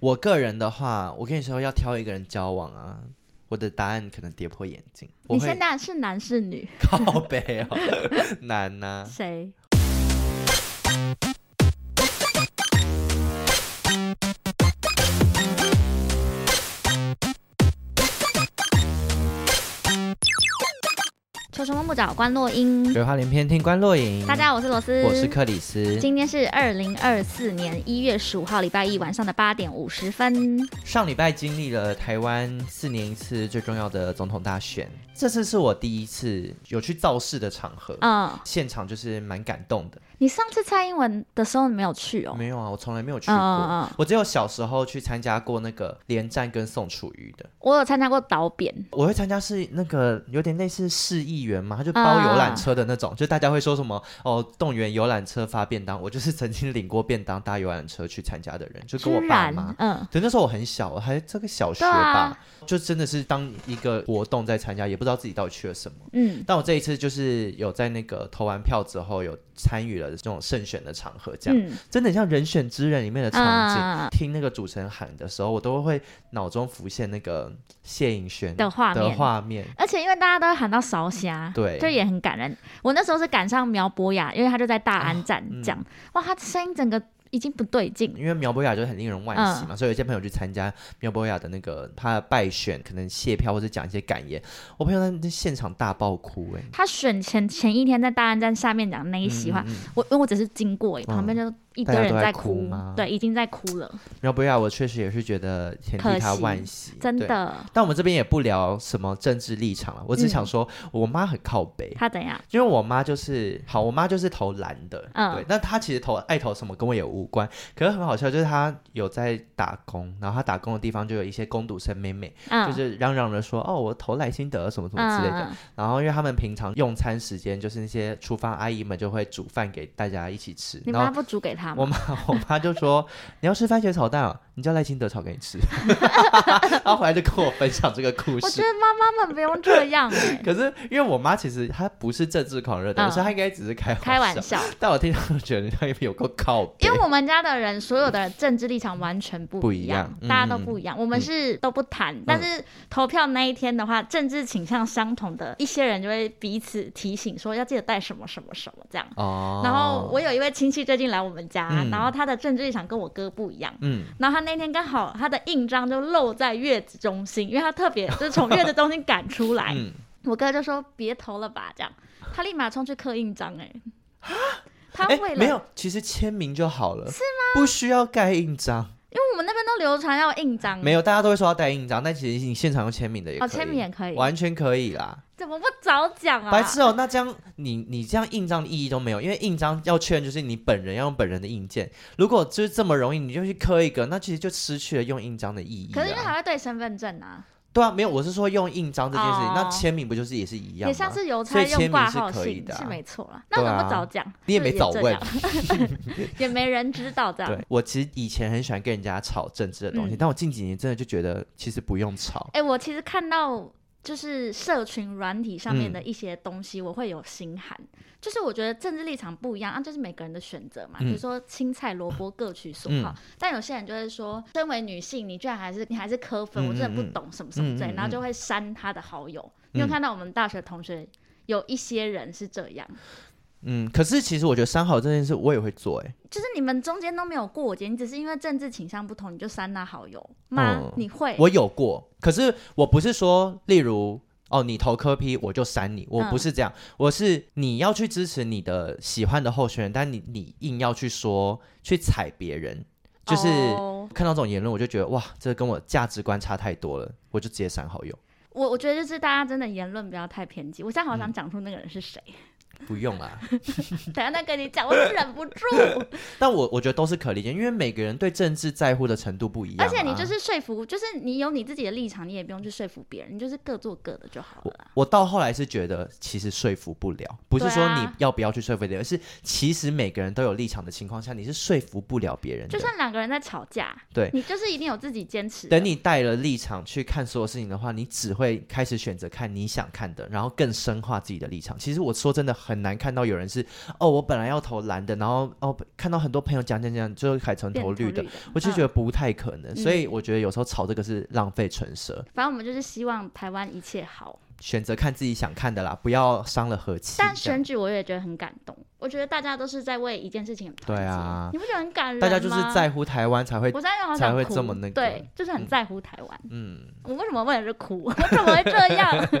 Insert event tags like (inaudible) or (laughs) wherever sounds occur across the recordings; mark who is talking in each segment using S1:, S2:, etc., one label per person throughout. S1: 我个人的话，我跟你说要挑一个人交往啊，我的答案可能跌破眼镜。我
S2: 你
S1: 会
S2: 现在是男是女？
S1: 靠背哦， (laughs) 难啊呐、
S2: 谁？求什么不找关洛英？
S1: 鬼话连篇，听官落影。
S2: 大家好，我是罗斯，
S1: 我是克里斯。
S2: 今天是二零二四年一月十五号礼拜一晚上的八点五十分。
S1: 上礼拜经历了台湾四年一次最重要的总统大选，这次是我第一次有去造势的场合，
S2: 嗯，
S1: 现场就是蛮感动的。
S2: 你上次蔡英文的时候你没有去哦？
S1: 没有啊，我从来没有去过。
S2: 嗯嗯嗯，
S1: 我只有小时候去参加过那个连战跟宋楚瑜的，
S2: 我有参加过导扁，
S1: 我会参加是那个有点类似市议员嘛，他
S2: 啊
S1: 就包游览车的那种，就大家会说什么哦，动员游览车发便当，我就是曾经领过便当搭游览车去参加的人，就跟我
S2: 居
S1: 爸
S2: 然
S1: 妈，。
S2: 嗯，
S1: 对，那时候我很小，我还这个小学
S2: 对啊
S1: 吧，就真的是当一个活动在参加，也不知道自己到底去了什么。
S2: 嗯，
S1: 但我这一次就是有在那个投完票之后，有参与了这种胜选的场合，这样、
S2: 嗯
S1: 真的很像《人选之人》里面的场景。
S2: 啊
S1: 听那个主持人喊的时候，我都会脑中浮现那个谢颖轩
S2: 的画
S1: 的
S2: 面。
S1: 画面。
S2: 而且因为大家都会喊到烧虾，
S1: 对
S2: 这也很感人。我那时候是赶上苗博雅，因为他就在大安站
S1: 嗯
S2: 讲，哇，他声音整个已经不对劲，
S1: 因为苗博雅就很令人惋惜
S2: 嗯
S1: 嘛，所以有一些朋友去参加苗博雅的那个他的败选，可能谢票或者讲一些感言，我朋友在那现场大爆哭哎、
S2: 他选前前一天在大安站下面讲那一席话，
S1: 嗯嗯嗯
S2: 我因为我只是经过，旁边就一堆人
S1: 大家都在哭
S2: 哭，
S1: 吗
S2: 对，已经在哭了，
S1: 苗博雅，我确实也是觉得很替他惋惜，
S2: 真
S1: 对。
S2: 的。
S1: 但我们这边也不聊什么政治立场了，我只
S2: 嗯
S1: 想说，我妈很靠北，
S2: 他怎样？
S1: 因为我妈就是好，我妈就是投蓝的，
S2: 嗯
S1: 对。那她其实投爱投什么跟我也无关，可是很好笑，就是她有在打工，然后她打工的地方就有一些工读生妹妹，
S2: 嗯，
S1: 就是嚷嚷着说，哦，我投赖心德什么什么之类的。
S2: 嗯，
S1: 然后因为他们平常用餐时间，就是那些厨房阿姨们就会煮饭给大家一起吃，
S2: 你
S1: 然后
S2: 妈不煮给他
S1: 我
S2: 吗？
S1: 妈我妈就说：“你要吃番茄炒蛋啊，你叫赖清德炒给你
S2: (laughs)
S1: 吃。”然后回来就跟我分享这个故
S2: 我觉
S1: 事。
S2: 得妈妈们不用这样、欸，
S1: 可是因为我妈其实她不是政治狂热的人，
S2: 嗯
S1: 所以她应该只是 (laughs) 开
S2: 开玩
S1: 笑。
S2: 笑。
S1: 但我听到觉得她有个靠背
S2: 因为我们家的人所有的政治立场完全
S1: 不
S2: 不
S1: 一
S2: 一
S1: 样嗯
S2: 大家都不一样。我们是都不谈，但是投票那一天的话，政治倾向相同的一些人就会彼此提醒说要记得带什么什么什么这样。
S1: 哦。
S2: 然后我有一位亲戚最近来我们家，
S1: 嗯
S2: 然后他的政治立场跟我哥不一样。
S1: 嗯，
S2: 然后他那天刚好他的印章就露在月子中心，因为他特别就是从月子中心赶出来，
S1: (laughs) 嗯
S2: 我哥就说别投了吧这样，他立马冲去刻印章哎、他
S1: 哎、
S2: 为了
S1: 没有，其实签名就好了，是吗？不需要盖印章，
S2: 因为我们那边都流传要印章，
S1: 没有，大家都会说要带印章，但其实你现场用签名的也可
S2: 嗯哦，
S1: 以，
S2: 签名也可以，
S1: 完全可以啦。
S2: 怎么不早讲啊？
S1: 白痴哦、那这样你你这样印章的意义都没有，因为印章要确认就是你本人要用本人的印件。如果就是这么容易，你就去刻一个，那其实就失去了用印章的意义、啊。
S2: 可是因为还会对身份证啊，
S1: 对啊，没有，我是说用印章这件事情，
S2: 哦
S1: 那签名不就是也是一样吗？啊
S2: 也像是邮
S1: 所
S2: 差
S1: 以签名
S2: 用挂
S1: 是
S2: 号
S1: 可以
S2: 信
S1: 的啊
S2: 是没错啦。
S1: 对
S2: 那
S1: 啊
S2: 怎么不早讲？
S1: 你也
S2: 是不是
S1: 没早
S2: 这
S1: 问
S2: 样， (laughs) 也没人知道这样
S1: 对。，我其实以前很喜欢跟人家吵政治的东西，
S2: 嗯
S1: 但我近几年真的就觉得其实不用吵。
S2: 哎，我其实看到就是社群软体上面
S1: 嗯
S2: 的一些东西，我会有心寒。就是我觉得政治立场不一样啊，就是每个人的选择嘛。
S1: 嗯
S2: 比如说青菜萝卜各取所好，但有些人就会说，身为女性，你居然还是你还是科粉，
S1: 嗯
S2: 我真的
S1: 嗯
S2: 不
S1: 嗯
S2: 懂什么什么之类，
S1: 嗯嗯
S2: 然后就
S1: 嗯
S2: 会删他的好友。你有
S1: 嗯
S2: 看到我们大学同学有一些人是这样，
S1: 嗯，可是其实我觉得删好这件事我也会做、欸，
S2: 就是你们中间都没有过节，你只是因为政治倾向不同你就删他好友吗？
S1: 嗯
S2: 你会？
S1: 我有过，可是我不是说，例如哦，你投科批我就删你，我
S2: 嗯
S1: 不是这样，我是你要去支持你的喜欢的候选人，但你你硬要去说去踩别人，就是。
S2: 哦
S1: 看到这种言论，我就觉得哇，这跟我价值观差太多了，我就直接删好友。
S2: 我我觉得就是大家真的言论不要太偏激。我现在
S1: 嗯
S2: 好想讲出那个人是谁， (laughs)
S1: 不用啦，
S2: 等一下再跟你讲，我忍
S1: (laughs)
S2: 不住。
S1: 但我我觉得都是可理解，因为每个人对政治在乎的程度不一样啊、
S2: 而且你就是说服，就是你有你自己的立场，你也不用去说服别人，你就是各做各的就好了
S1: 我
S2: 啦。
S1: 我到后来是觉得，其实说服不了，不是
S2: 对
S1: 说
S2: 啊
S1: 你要不要去说服别人，而是其实每个人都有立场的情况下，你是说服不了别人的。
S2: 就像两个人在吵架，
S1: 对
S2: 你就是一定有自己坚持的。
S1: 等你带了立场去看所有事情的话，你只会开始选择看你想看的，然后更深化自己的立场。其实我说真的很难看到有人是哦，我本来要投蓝的，然后哦看到很多朋友讲讲讲，最后改成
S2: 变
S1: 投绿的，
S2: 的。
S1: 我就觉得不太可能。
S2: 嗯
S1: 所以我觉得有时候吵这个是浪费唇舌，
S2: 反正我们就是希望台湾一切好。
S1: 选择看自己想看的啦，不要伤了和气。
S2: 但
S1: 这样
S2: 选举我也觉得很感动，我觉得大家都是在为一件事情很团结
S1: 对啊
S2: 你不觉得很感人吗？
S1: 大家就是在乎台湾才会
S2: 我现在好想
S1: 才会
S2: 哭
S1: 这么那个
S2: 对，就是很
S1: 嗯
S2: 在乎台湾。
S1: 嗯。
S2: 我为什么为了这哭？ (laughs) 我怎么会这样？ (laughs)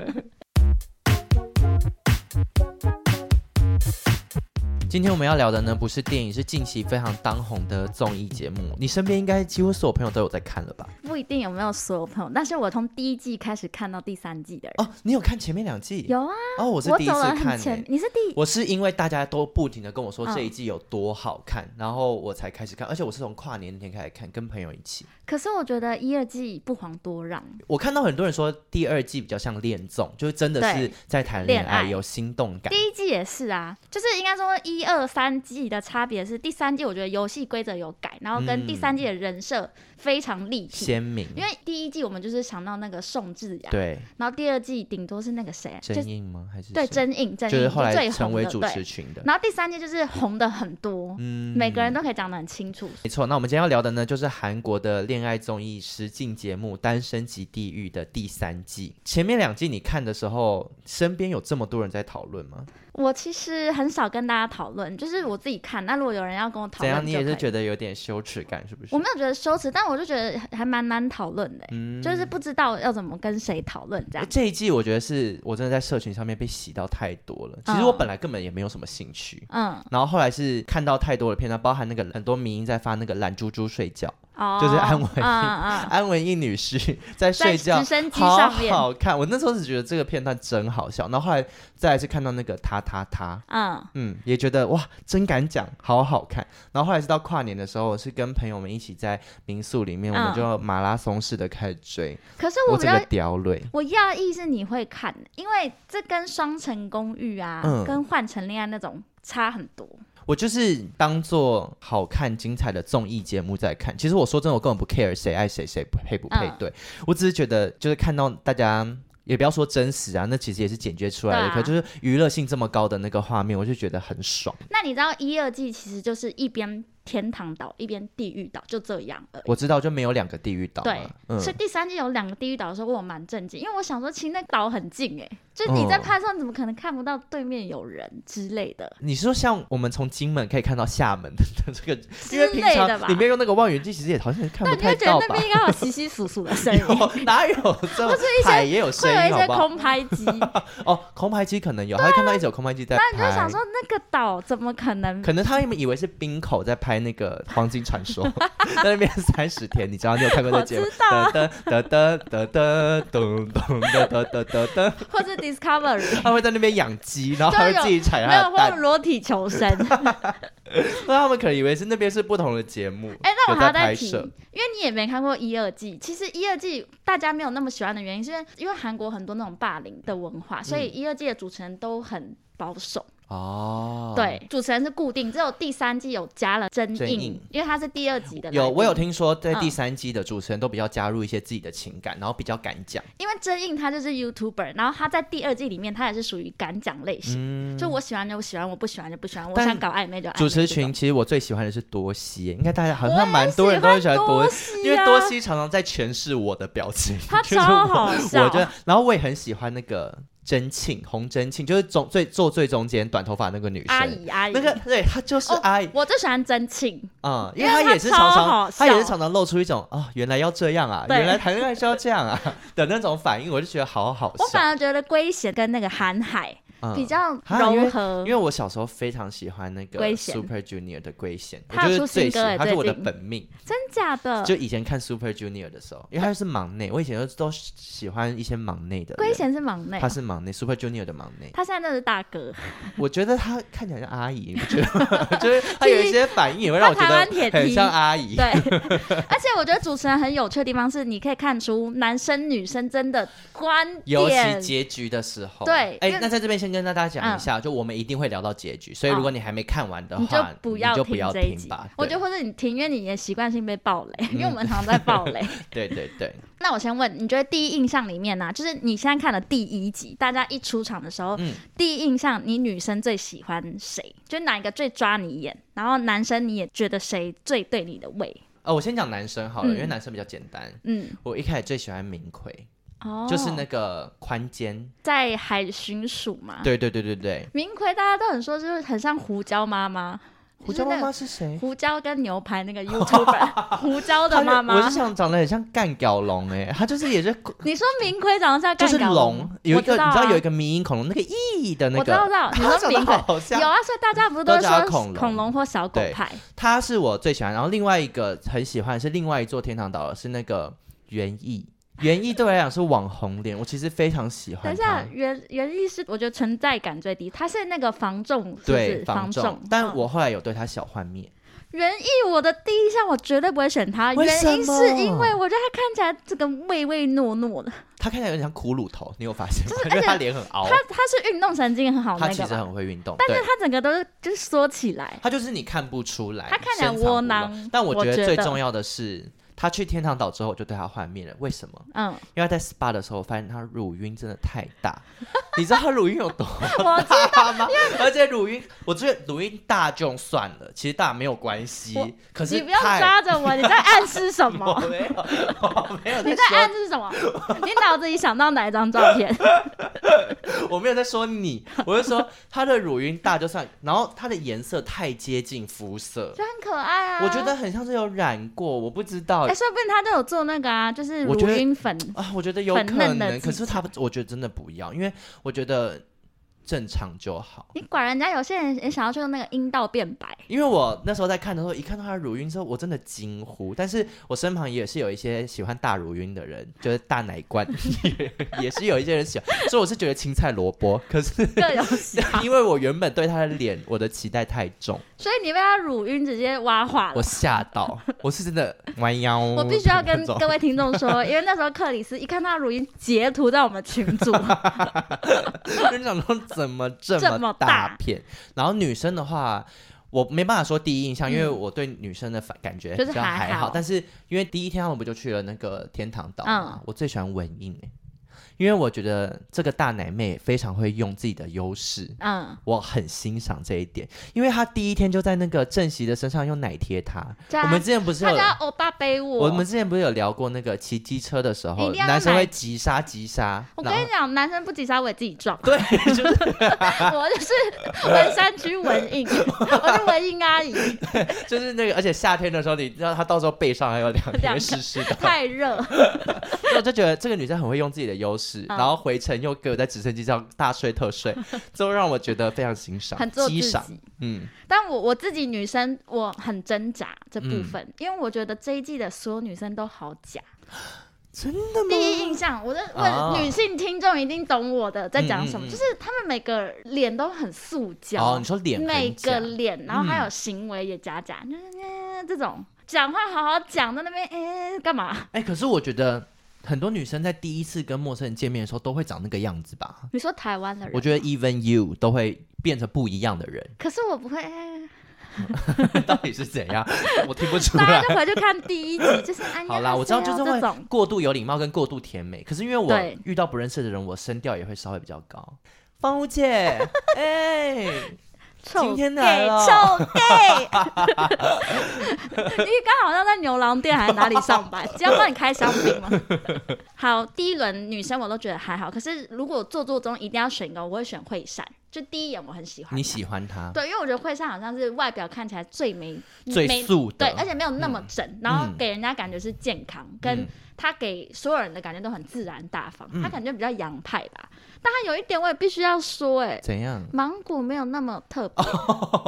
S1: 今天我们要聊的呢，不是电影，是近期非常当红的综艺节目。你身边应该几乎所有朋友都有在看了吧？
S2: 不一定有没有所有朋友，但是我从第一季开始看到第三季的人，
S1: 哦，你有看前面两季？
S2: 有啊，
S1: 哦，我是第一
S2: 走
S1: 次
S2: 了
S1: 看、
S2: 很前
S1: 欸。，
S2: 你是第
S1: 我是因为大家都不停的跟我说
S2: 嗯
S1: 这一季有多好看，然后我才开始看，而且我是从跨年那天开始看，跟朋友一起。
S2: 可是我觉得一二季不遑多让，
S1: 我看到很多人说第二季比较像恋综，就是真的是
S2: 对
S1: 在谈恋
S2: 恋爱
S1: 爱，有心动感。
S2: 第一季也是啊，就是应该说一二三季的差别是，第三季我觉得游戏规则有改，然后跟
S1: 嗯
S2: 第三季的人设非常立体。
S1: 鲜明，
S2: 因为第一季我们就是想到那个宋智雅，
S1: 对，
S2: 然后第二季顶多是那个谁，啊就
S1: 真
S2: 是
S1: 映吗？还是
S2: 对
S1: 谁
S2: 真映，真
S1: 就是
S2: 映
S1: 后来
S2: 最
S1: 成
S2: 红
S1: 为
S2: 的，
S1: 主持
S2: 对。
S1: 群的，
S2: 然后第三季就是红的很多，
S1: 嗯
S2: 每个人都可以讲得很清楚，
S1: 没错，那我们今天要聊的呢，就是韩国的恋爱综艺实境节目《单身即地狱》的第三季。前面两季你看的时候，身边有这么多人在讨论吗？
S2: 我其实很少跟大家讨论，就是我自己看。那如果有人要跟我讨
S1: 怎
S2: 论，
S1: 样？你也
S2: 就是可以
S1: 觉得有点羞耻感，是不是
S2: 我？没有觉得羞耻，但我就觉得还蛮难讨论的欸、
S1: 嗯
S2: 就是不知道要怎么跟谁讨论这
S1: 诶
S2: 样。
S1: 这一季，我觉得是我真的在社群上面被洗到太多了。其实我本来根本也没有什么兴趣。
S2: 嗯，
S1: 然后后来是看到太多的片段，包含那个很多民音在发那个懒猪猪睡觉，
S2: 哦，
S1: 就是安稳
S2: 嗯嗯嗯，
S1: 安文一女士在 (laughs)
S2: 在
S1: 睡觉
S2: 直，升机
S1: 好
S2: 上面，
S1: 好看。我那时候是觉得这个片段真好笑，然后后来再来是看到那个他他他，
S2: 嗯，
S1: 嗯，也觉得哇，真敢讲，好好看。然后后来是到跨年的时候，我是跟朋友们一起在民宿里面，
S2: 嗯
S1: 我们就马拉松式的开始追，
S2: 可是
S1: 我
S2: 我比
S1: 整
S2: 较
S1: 个屌累。
S2: 我讶异是你会看，因为这跟《双城公寓》啊，
S1: 嗯
S2: 跟《换乘恋爱》那种差很多。
S1: 我就是当做好看精彩的综艺节目在看。其实我说真的，我根本不 care 谁爱谁，谁配不配对。
S2: 嗯
S1: 我只是觉得，就是看到大家。也不要说真实啊，那其实也是剪接出来的，
S2: 对啊
S1: 可就是娱乐性这么高的那个画面，我就觉得很爽。
S2: 那你知道一二季其实就是一边天堂岛一边地狱岛，就这样而已。
S1: 我知道就没有两个地狱岛嘛。
S2: 对
S1: 嗯
S2: 所以第三季有两个地狱岛的时候，我蛮震惊，因为我想说，其实那岛很近哎、就是你在
S1: 嗯
S2: 拍的时候，你怎么可能看不到对面有人之类的？
S1: 你是说像我们从金门可以看到厦门的这个，因
S2: 之
S1: 为平
S2: 类的吧
S1: 常你没有用那个望远镜，其实也好像也看
S2: 那
S1: 不
S2: 你就
S1: 太
S2: 觉得
S1: 到
S2: 那
S1: 吧
S2: 边？应该有稀稀疏疏
S1: (laughs)
S2: 的声音，会
S1: 有哪有这么
S2: 一些
S1: 海也有声
S2: 有一
S1: 音好
S2: 些
S1: 不好？
S2: 空拍
S1: (laughs)
S2: 机。那
S1: 哦，空拍机可能有，他会看到一直有空拍机在拍。
S2: 你就想说，那个岛怎么可能？
S1: 可能他们以为是冰口在拍那个《黄金传说》，在那边三十天，你知道你有看过那节目？
S2: 我知道啊
S1: 噔噔噔噔噔噔噔噔噔噔噔噔，
S2: 或是
S1: (laughs)
S2: Discovery
S1: 他会在那边养鸡，然后他会
S2: 就有
S1: 自己产
S2: 没
S1: 他
S2: 有
S1: 的
S2: 或者
S1: 哎蛋。 (laughs)
S2: 裸体求生？哎、
S1: 那他们可能以为是那边是不同的节目。
S2: 哎那我还要
S1: 有在
S2: 再
S1: 拍
S2: 提，因
S1: 摄
S2: 为你也没看过一二季。其实一二季大家没有那么喜欢的原因，是因为因为韩国很多那种霸凌的文
S1: 嗯
S2: 化，所以一二季的主持人都很保守。
S1: 哦，
S2: 对，主持人是固定，只有第三季有加了真
S1: 真
S2: 印
S1: 印，
S2: 因为他是第二集的。
S1: 有，我有，听说，在
S2: 嗯
S1: 第三季的主持人都比较加入一些自己的情感，然后比较敢讲。
S2: 因为真印他就是 YouTuber，然后他在第二季里面他也是属于敢讲类型，
S1: 嗯，
S2: 就我喜欢就我喜欢，我不喜欢就不喜欢，我
S1: 但
S2: 想搞暧昧就暧昧。
S1: 主持群，其实我最喜欢的是多西，应该大家好像蛮多人都会喜欢多
S2: 多
S1: 西，
S2: 西、啊，
S1: 因为多西常常在诠释我的表情，
S2: 他
S1: (laughs) 就是
S2: 超
S1: 我
S2: 好笑
S1: 我觉得，然后我也很喜欢那个真庆，洪真庆，就是中最坐最中间短头发那个女
S2: 阿
S1: 生。
S2: 姨阿姨
S1: 那个对，她就是
S2: 哦
S1: 阿姨，
S2: 我最喜欢真庆，
S1: 嗯，因
S2: 因
S1: 为
S2: 为
S1: 她
S2: 她
S1: 也是
S2: 超
S1: 常
S2: 好
S1: 常，她也是
S2: 笑
S1: 常常露出一种啊，原来要这样啊，
S2: 对
S1: 原来谈恋爱是要这样啊的那种反应，我就觉得好好
S2: 我
S1: 笑。
S2: 反而觉得龟贤跟那个韩海
S1: 嗯
S2: 比较
S1: 啊因为
S2: 柔和
S1: 因。为我小时候非常喜欢那个
S2: 嗯龟贤
S1: Super Junior 的龟贤，我
S2: 他有
S1: 就
S2: 出
S1: 是最
S2: 新
S1: 喜
S2: 歌欸
S1: 欢，他是我的
S2: 最近嗯
S1: 本命。
S2: 真假的？
S1: 就以前看 Super Junior 的时候，因为他是忙内，我以前都都喜欢一些忙内的人。
S2: 龟啊贤是忙内
S1: 他，是忙内，Super Junior 的忙内。
S2: 他现在真的是大
S1: (laughs)
S2: 哥，
S1: 我觉得他看起来像阿姨，你不觉得吗？
S2: (laughs)
S1: 就是他有一些反应也会让我觉
S2: 他台湾铁
S1: 得很
S2: 蹄
S1: 像阿姨。
S2: 对。 (laughs) 而且我觉得主持人很有趣的地方是，你可以看出男生女生真的观
S1: 尤其
S2: 点。
S1: 结局的时候，
S2: 对
S1: 哎、
S2: 因为嗯
S1: 那在这边先先跟大家讲一下，就我们一定会聊到结局，所以如果你还没看完的
S2: 你就
S1: 话，
S2: 不要
S1: 就不要
S2: 这一
S1: 听
S2: 集
S1: 吧。。
S2: 我
S1: 对嗯
S2: 觉得或者你听，因为你也习惯性被暴雷，因为我们常常在暴雷。
S1: 对对对，
S2: 那我先问，你觉得第一印象里面呢、啊就是你现在看的第一集，大家一出场的时候，
S1: 嗯
S2: 第一印象你女生最喜欢谁？就哪一个最抓你眼？然后男生你也觉得谁最对你的胃？
S1: 哦，我先讲男生好了，
S2: 嗯
S1: 因为男生比较简单。
S2: 嗯，
S1: 我一开始最喜欢明奎，
S2: 哦，
S1: 就是那个宽肩。
S2: 在海巡署嘛。
S1: 对对对对对，
S2: 明奎大家都很说，就是很像胡椒妈妈，
S1: 胡椒妈妈是谁？
S2: 胡椒跟牛排那
S1: (laughs)
S2: 个 YouTuber，胡椒的
S1: 她
S2: 妈
S1: 就我
S2: 妈
S1: 是。想长得很像干屌龙哎，他就是
S2: (laughs)
S1: 也是
S2: 你说明奎长得像
S1: 就
S2: 干
S1: 是
S2: 搞
S1: 龙，有一个、你知道有一
S2: 个，
S1: 个迷因恐龙那个翼的那
S2: 啊我知道，我
S1: 个，(laughs)
S2: 知
S1: 他
S2: 道。你说
S1: 长得
S2: 明奎
S1: 好像
S2: 有啊，所以大家不是
S1: 都
S2: 会
S1: 叫他
S2: 说
S1: 恐龙
S2: 或小狗
S1: 对
S2: 派？
S1: 他是我最喜欢，然后另外一个很喜欢的是另外一座天堂岛的是那个园艺，园艺对我来讲是网红脸，我其实非常喜
S2: 等
S1: 欢
S2: 一下
S1: 他，。
S2: 原原意是我觉得存在感最低，他是那个防重，是不
S1: 对
S2: 是防
S1: 重，但
S2: 嗯
S1: 我后来有对他小幻灭，
S2: 原意我的第一项我绝对不会选他，
S1: 为
S2: 原因
S1: 什
S2: 是因
S1: 么
S2: 为我觉得他看起来这个唯唯诺诺的，
S1: 他看起来有点像骷髅头，你有发现吗？
S2: 就是
S1: 因为
S2: 而且
S1: 他脸很凹
S2: 他，他是运动神经很好
S1: 他
S2: 哦那
S1: 哦其
S2: 个
S1: 实
S2: 吧，
S1: 很会运动，
S2: 但
S1: 对
S2: 是，他整个都是就是缩起来，
S1: 他就是你看不出来，
S2: 他看起来
S1: 深藏不露
S2: 窝囊
S1: 但我
S2: 我
S1: 觉
S2: 觉
S1: 得最
S2: 得
S1: 重要的是，他去天堂岛之后我就对他幻灭了，为什么？ (laughs)
S2: 嗯，
S1: 因为他在 SPA 的时候，我发现他乳晕真的太大，你知道他乳晕有多
S2: 我
S1: 大
S2: (laughs)
S1: 吗？而且乳晕，我觉得乳晕大就算了，其实大没有关
S2: 我
S1: 系，可是
S2: 你不要
S1: 太
S2: 抓着
S1: (laughs)
S2: 我，你在暗示什
S1: 我
S2: 么？
S1: 没有， (laughs) 我没有
S2: 你
S1: 在
S2: 在暗
S1: 说，
S2: 示什么？ (laughs) 你脑子里想到哪一张照
S1: (laughs)
S2: 片？
S1: 我没有在说你，我是说他的乳晕大就算，然后它的颜色太接近肤色，
S2: 就很可爱啊！
S1: 我觉得很像是有染过，我不知道
S2: 哎、说不定他都有做那个啊，就是
S1: 哦我
S2: 乳
S1: 觉得
S2: 晕粉。
S1: 啊，我觉得有
S2: 粉
S1: 可
S2: 嫩的
S1: 能，
S2: 技
S1: 可是他，我觉得真的不要，因为我觉得正常就好。
S2: 你管人家有些人也想要去用那个阴道变
S1: (laughs)
S2: 白，
S1: 因为我那时候在看的时候，一看到他的乳晕之后，我真的惊呼。但是我身旁也是有一些喜欢大乳晕的人，就是大奶罐， (laughs) 也是有一些人喜欢，所以我是觉得青菜萝卜。可
S2: (laughs)
S1: 是
S2: 各有喜好。
S1: 因为我原本对他的脸我的期待太重，
S2: 所以你被他乳晕直接挖化
S1: 我
S2: 了。
S1: 吓到，我是真的弯腰。
S2: 我必须要跟
S1: 那种
S2: 各位听众
S1: (laughs)
S2: 说，因为那时候克里斯一看到乳晕截图在我们群
S1: (laughs)
S2: 组，
S1: 就想说怎
S2: (laughs)
S1: 么这
S2: 这
S1: 么
S2: 么
S1: 大
S2: 大
S1: 片？然后女生的话，我没办法说第一印象，因为
S2: 嗯
S1: 我对女生的反感觉
S2: 就
S1: 比
S2: 是
S1: 较
S2: 还
S1: 还
S2: 好
S1: 但是因为第一天他们不就去了那个天堂岛嘛，
S2: 嗯
S1: 我最喜欢文印、欸、因为我觉得这个大奶妹非常会用自己的优势。
S2: 嗯，
S1: 我很欣赏这一点，因为她第一天就在那个正席的身上用奶贴她。
S2: 对啊
S1: 我们之前不是
S2: 他
S1: 有
S2: 叫欧巴背我。
S1: 我们之前不是有聊过那个骑机车的时候，
S2: 一定要
S1: 男生
S2: 奶
S1: 会急刹急刹，
S2: 我
S1: 然
S2: 跟
S1: 后 (laughs)
S2: 你讲，男生不急刹我也自己撞，
S1: 对，就是
S2: 我就是文山区文印，我是文印阿姨， (laughs)
S1: 就是那个，而且夏天的时候，你知道她到时候背上还有两个
S2: 两个
S1: 湿湿的，
S2: 太热。
S1: 所以我就觉得这个女生很会用自己的优势，
S2: 嗯
S1: 然后回程又给我在直升机上大睡特
S2: (laughs)
S1: 睡，就让我觉得非常 (laughs) 欣赏，
S2: 很做
S1: 激
S2: 自
S1: 赏
S2: 己，
S1: 嗯，
S2: 但我我自己女生，我很挣扎这
S1: 嗯
S2: 部分，因为我觉得这一季的所有女生都好假。
S1: 真的
S2: 第一印象，我的
S1: 嗯啊
S2: 问女性听众一定懂我的在讲什
S1: 嗯
S2: 么，
S1: 嗯嗯
S2: 就是她们每个脸都很塑胶，
S1: 哦，你说脸
S2: 每
S1: 很假嗯
S2: 个脸，然后还有行为也假假，就是呃这种讲话好好讲，在那边哎干嘛？
S1: 哎、可是我觉得很多女生在第一次跟陌生人见面的时候都会长那个样子吧？
S2: 你说台湾的人，
S1: 我觉得 even you 都会变成不一样的人，
S2: (laughs) 可是我不会，哎
S1: 到底是怎
S2: (laughs)
S1: 样？我听不出
S2: 大
S1: 来
S2: 家。就回去看第一集，就是哎，
S1: 好啦，我知道就是
S2: 这
S1: 会
S2: 种。
S1: 过度有礼貌跟过度甜美，可是因为我
S2: 对
S1: 遇到不认识的人，我声调也会稍微比较
S2: (laughs)
S1: 高。芳屋姐，哎、
S2: 臭
S1: 今
S2: gay，
S1: 天来了 (laughs)
S2: 臭 gay，你刚好像在牛郎店还是哪里
S1: (laughs)
S2: 上班？今天帮你开香槟吗？ (laughs) 好，第一轮女生我都觉得还好，可是如果做作中一定要选一个，我会选惠善。就第一眼我很喜欢她，
S1: 你喜欢他
S2: 对，因为我觉得惠善好像是外表看起来最没
S1: 最
S2: 没
S1: 素的，
S2: 对，而且没有那么整，然后
S1: 嗯
S2: 给人家感觉是健康，
S1: 嗯
S2: 跟他给所有人的感觉都很自然大方，
S1: 嗯
S2: 他感觉比较洋派吧。但他有一点我也必须要说、哎，
S1: 怎样？
S2: 芒果没有那么特别，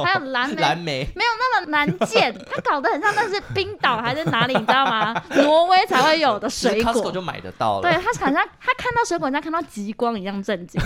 S2: 还有蓝莓
S1: 哦蓝莓
S2: 那么难
S1: (laughs)
S2: 见，它搞得很像那是冰岛还是哪里，你知道吗？挪威才会有的
S1: 其实
S2: 水
S1: Costco
S2: 果。
S1: 就买得到
S2: 对
S1: 了。
S2: 他好像他看到水果，像看到极光一样震惊。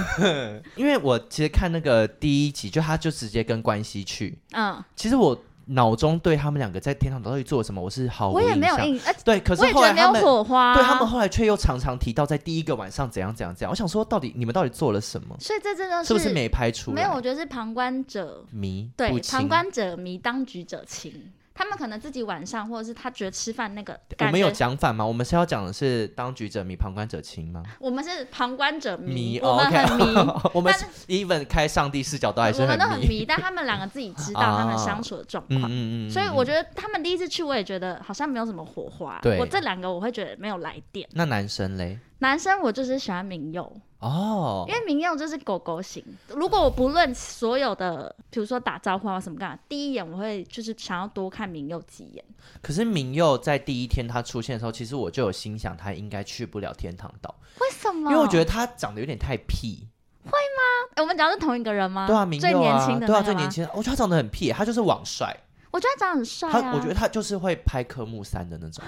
S1: 因为我其实看那个第一集，就他就直接跟关西去，
S2: 嗯，
S1: 其实我脑中对他们两个在天堂岛到底做了什么，哦我是毫无
S2: 我也
S1: 印
S2: 没有
S1: 象。
S2: 印，呃，
S1: 对，可是
S2: 我也觉
S1: 后来
S2: 得没
S1: 他
S2: 有
S1: 们
S2: 火花、
S1: 对他们后来却又常常提到在第一个晚上怎样怎样怎样。我想说，到底你们到底做了什么？
S2: 所以这真的
S1: 是不是没拍出来？
S2: 没有，我觉得是旁观者
S1: 迷不
S2: 对
S1: 清
S2: 旁观者迷，当局者清。他们可能自己晚上，或者是他觉得吃饭那个
S1: 我
S2: 感
S1: 们
S2: 觉，
S1: 有讲反吗？我们是要讲的是当局者迷，旁观者清吗？
S2: 我们是旁观者迷，
S1: 迷
S2: 嗯
S1: 哦
S2: 我们很迷，
S1: ，OK，我们 (laughs)
S2: 但
S1: even 开上帝视角都还是
S2: 我们都
S1: 迷。啊
S2: 迷，但他们两个自己知
S1: (laughs)
S2: 道他们相处的状
S1: 嗯
S2: 况。
S1: 嗯嗯，
S2: 所以我
S1: 觉
S2: 觉得他们第一次去，我也觉得好像没有什么火花。
S1: 对
S2: 我这两个我会觉得没有来电。
S1: 那男生嘞，
S2: 男生我就是喜欢明佑，
S1: 哦
S2: 因，为明佑就是狗狗型。如果我不论所有的，比如说打招呼啊什么干嘛，第一眼我会就是想要多看明佑几眼。
S1: 可是明佑在第一天他出现的时候，其实我就有心想他应该去不了天堂岛，
S2: 为什么？
S1: 因为我觉得他长得有点太屁。
S2: 诶我们讲的是同一个人吗？
S1: 对啊，明
S2: 最
S1: 佑
S2: 年
S1: 啊
S2: 轻，的
S1: 对啊，
S2: 那个
S1: 最
S2: 吗
S1: 年。轻的，我觉得他长得很屁，他就是网帅，
S2: 我觉得他长得很帅
S1: 他
S2: 啊。
S1: 我觉得他就是会拍科目三的那种。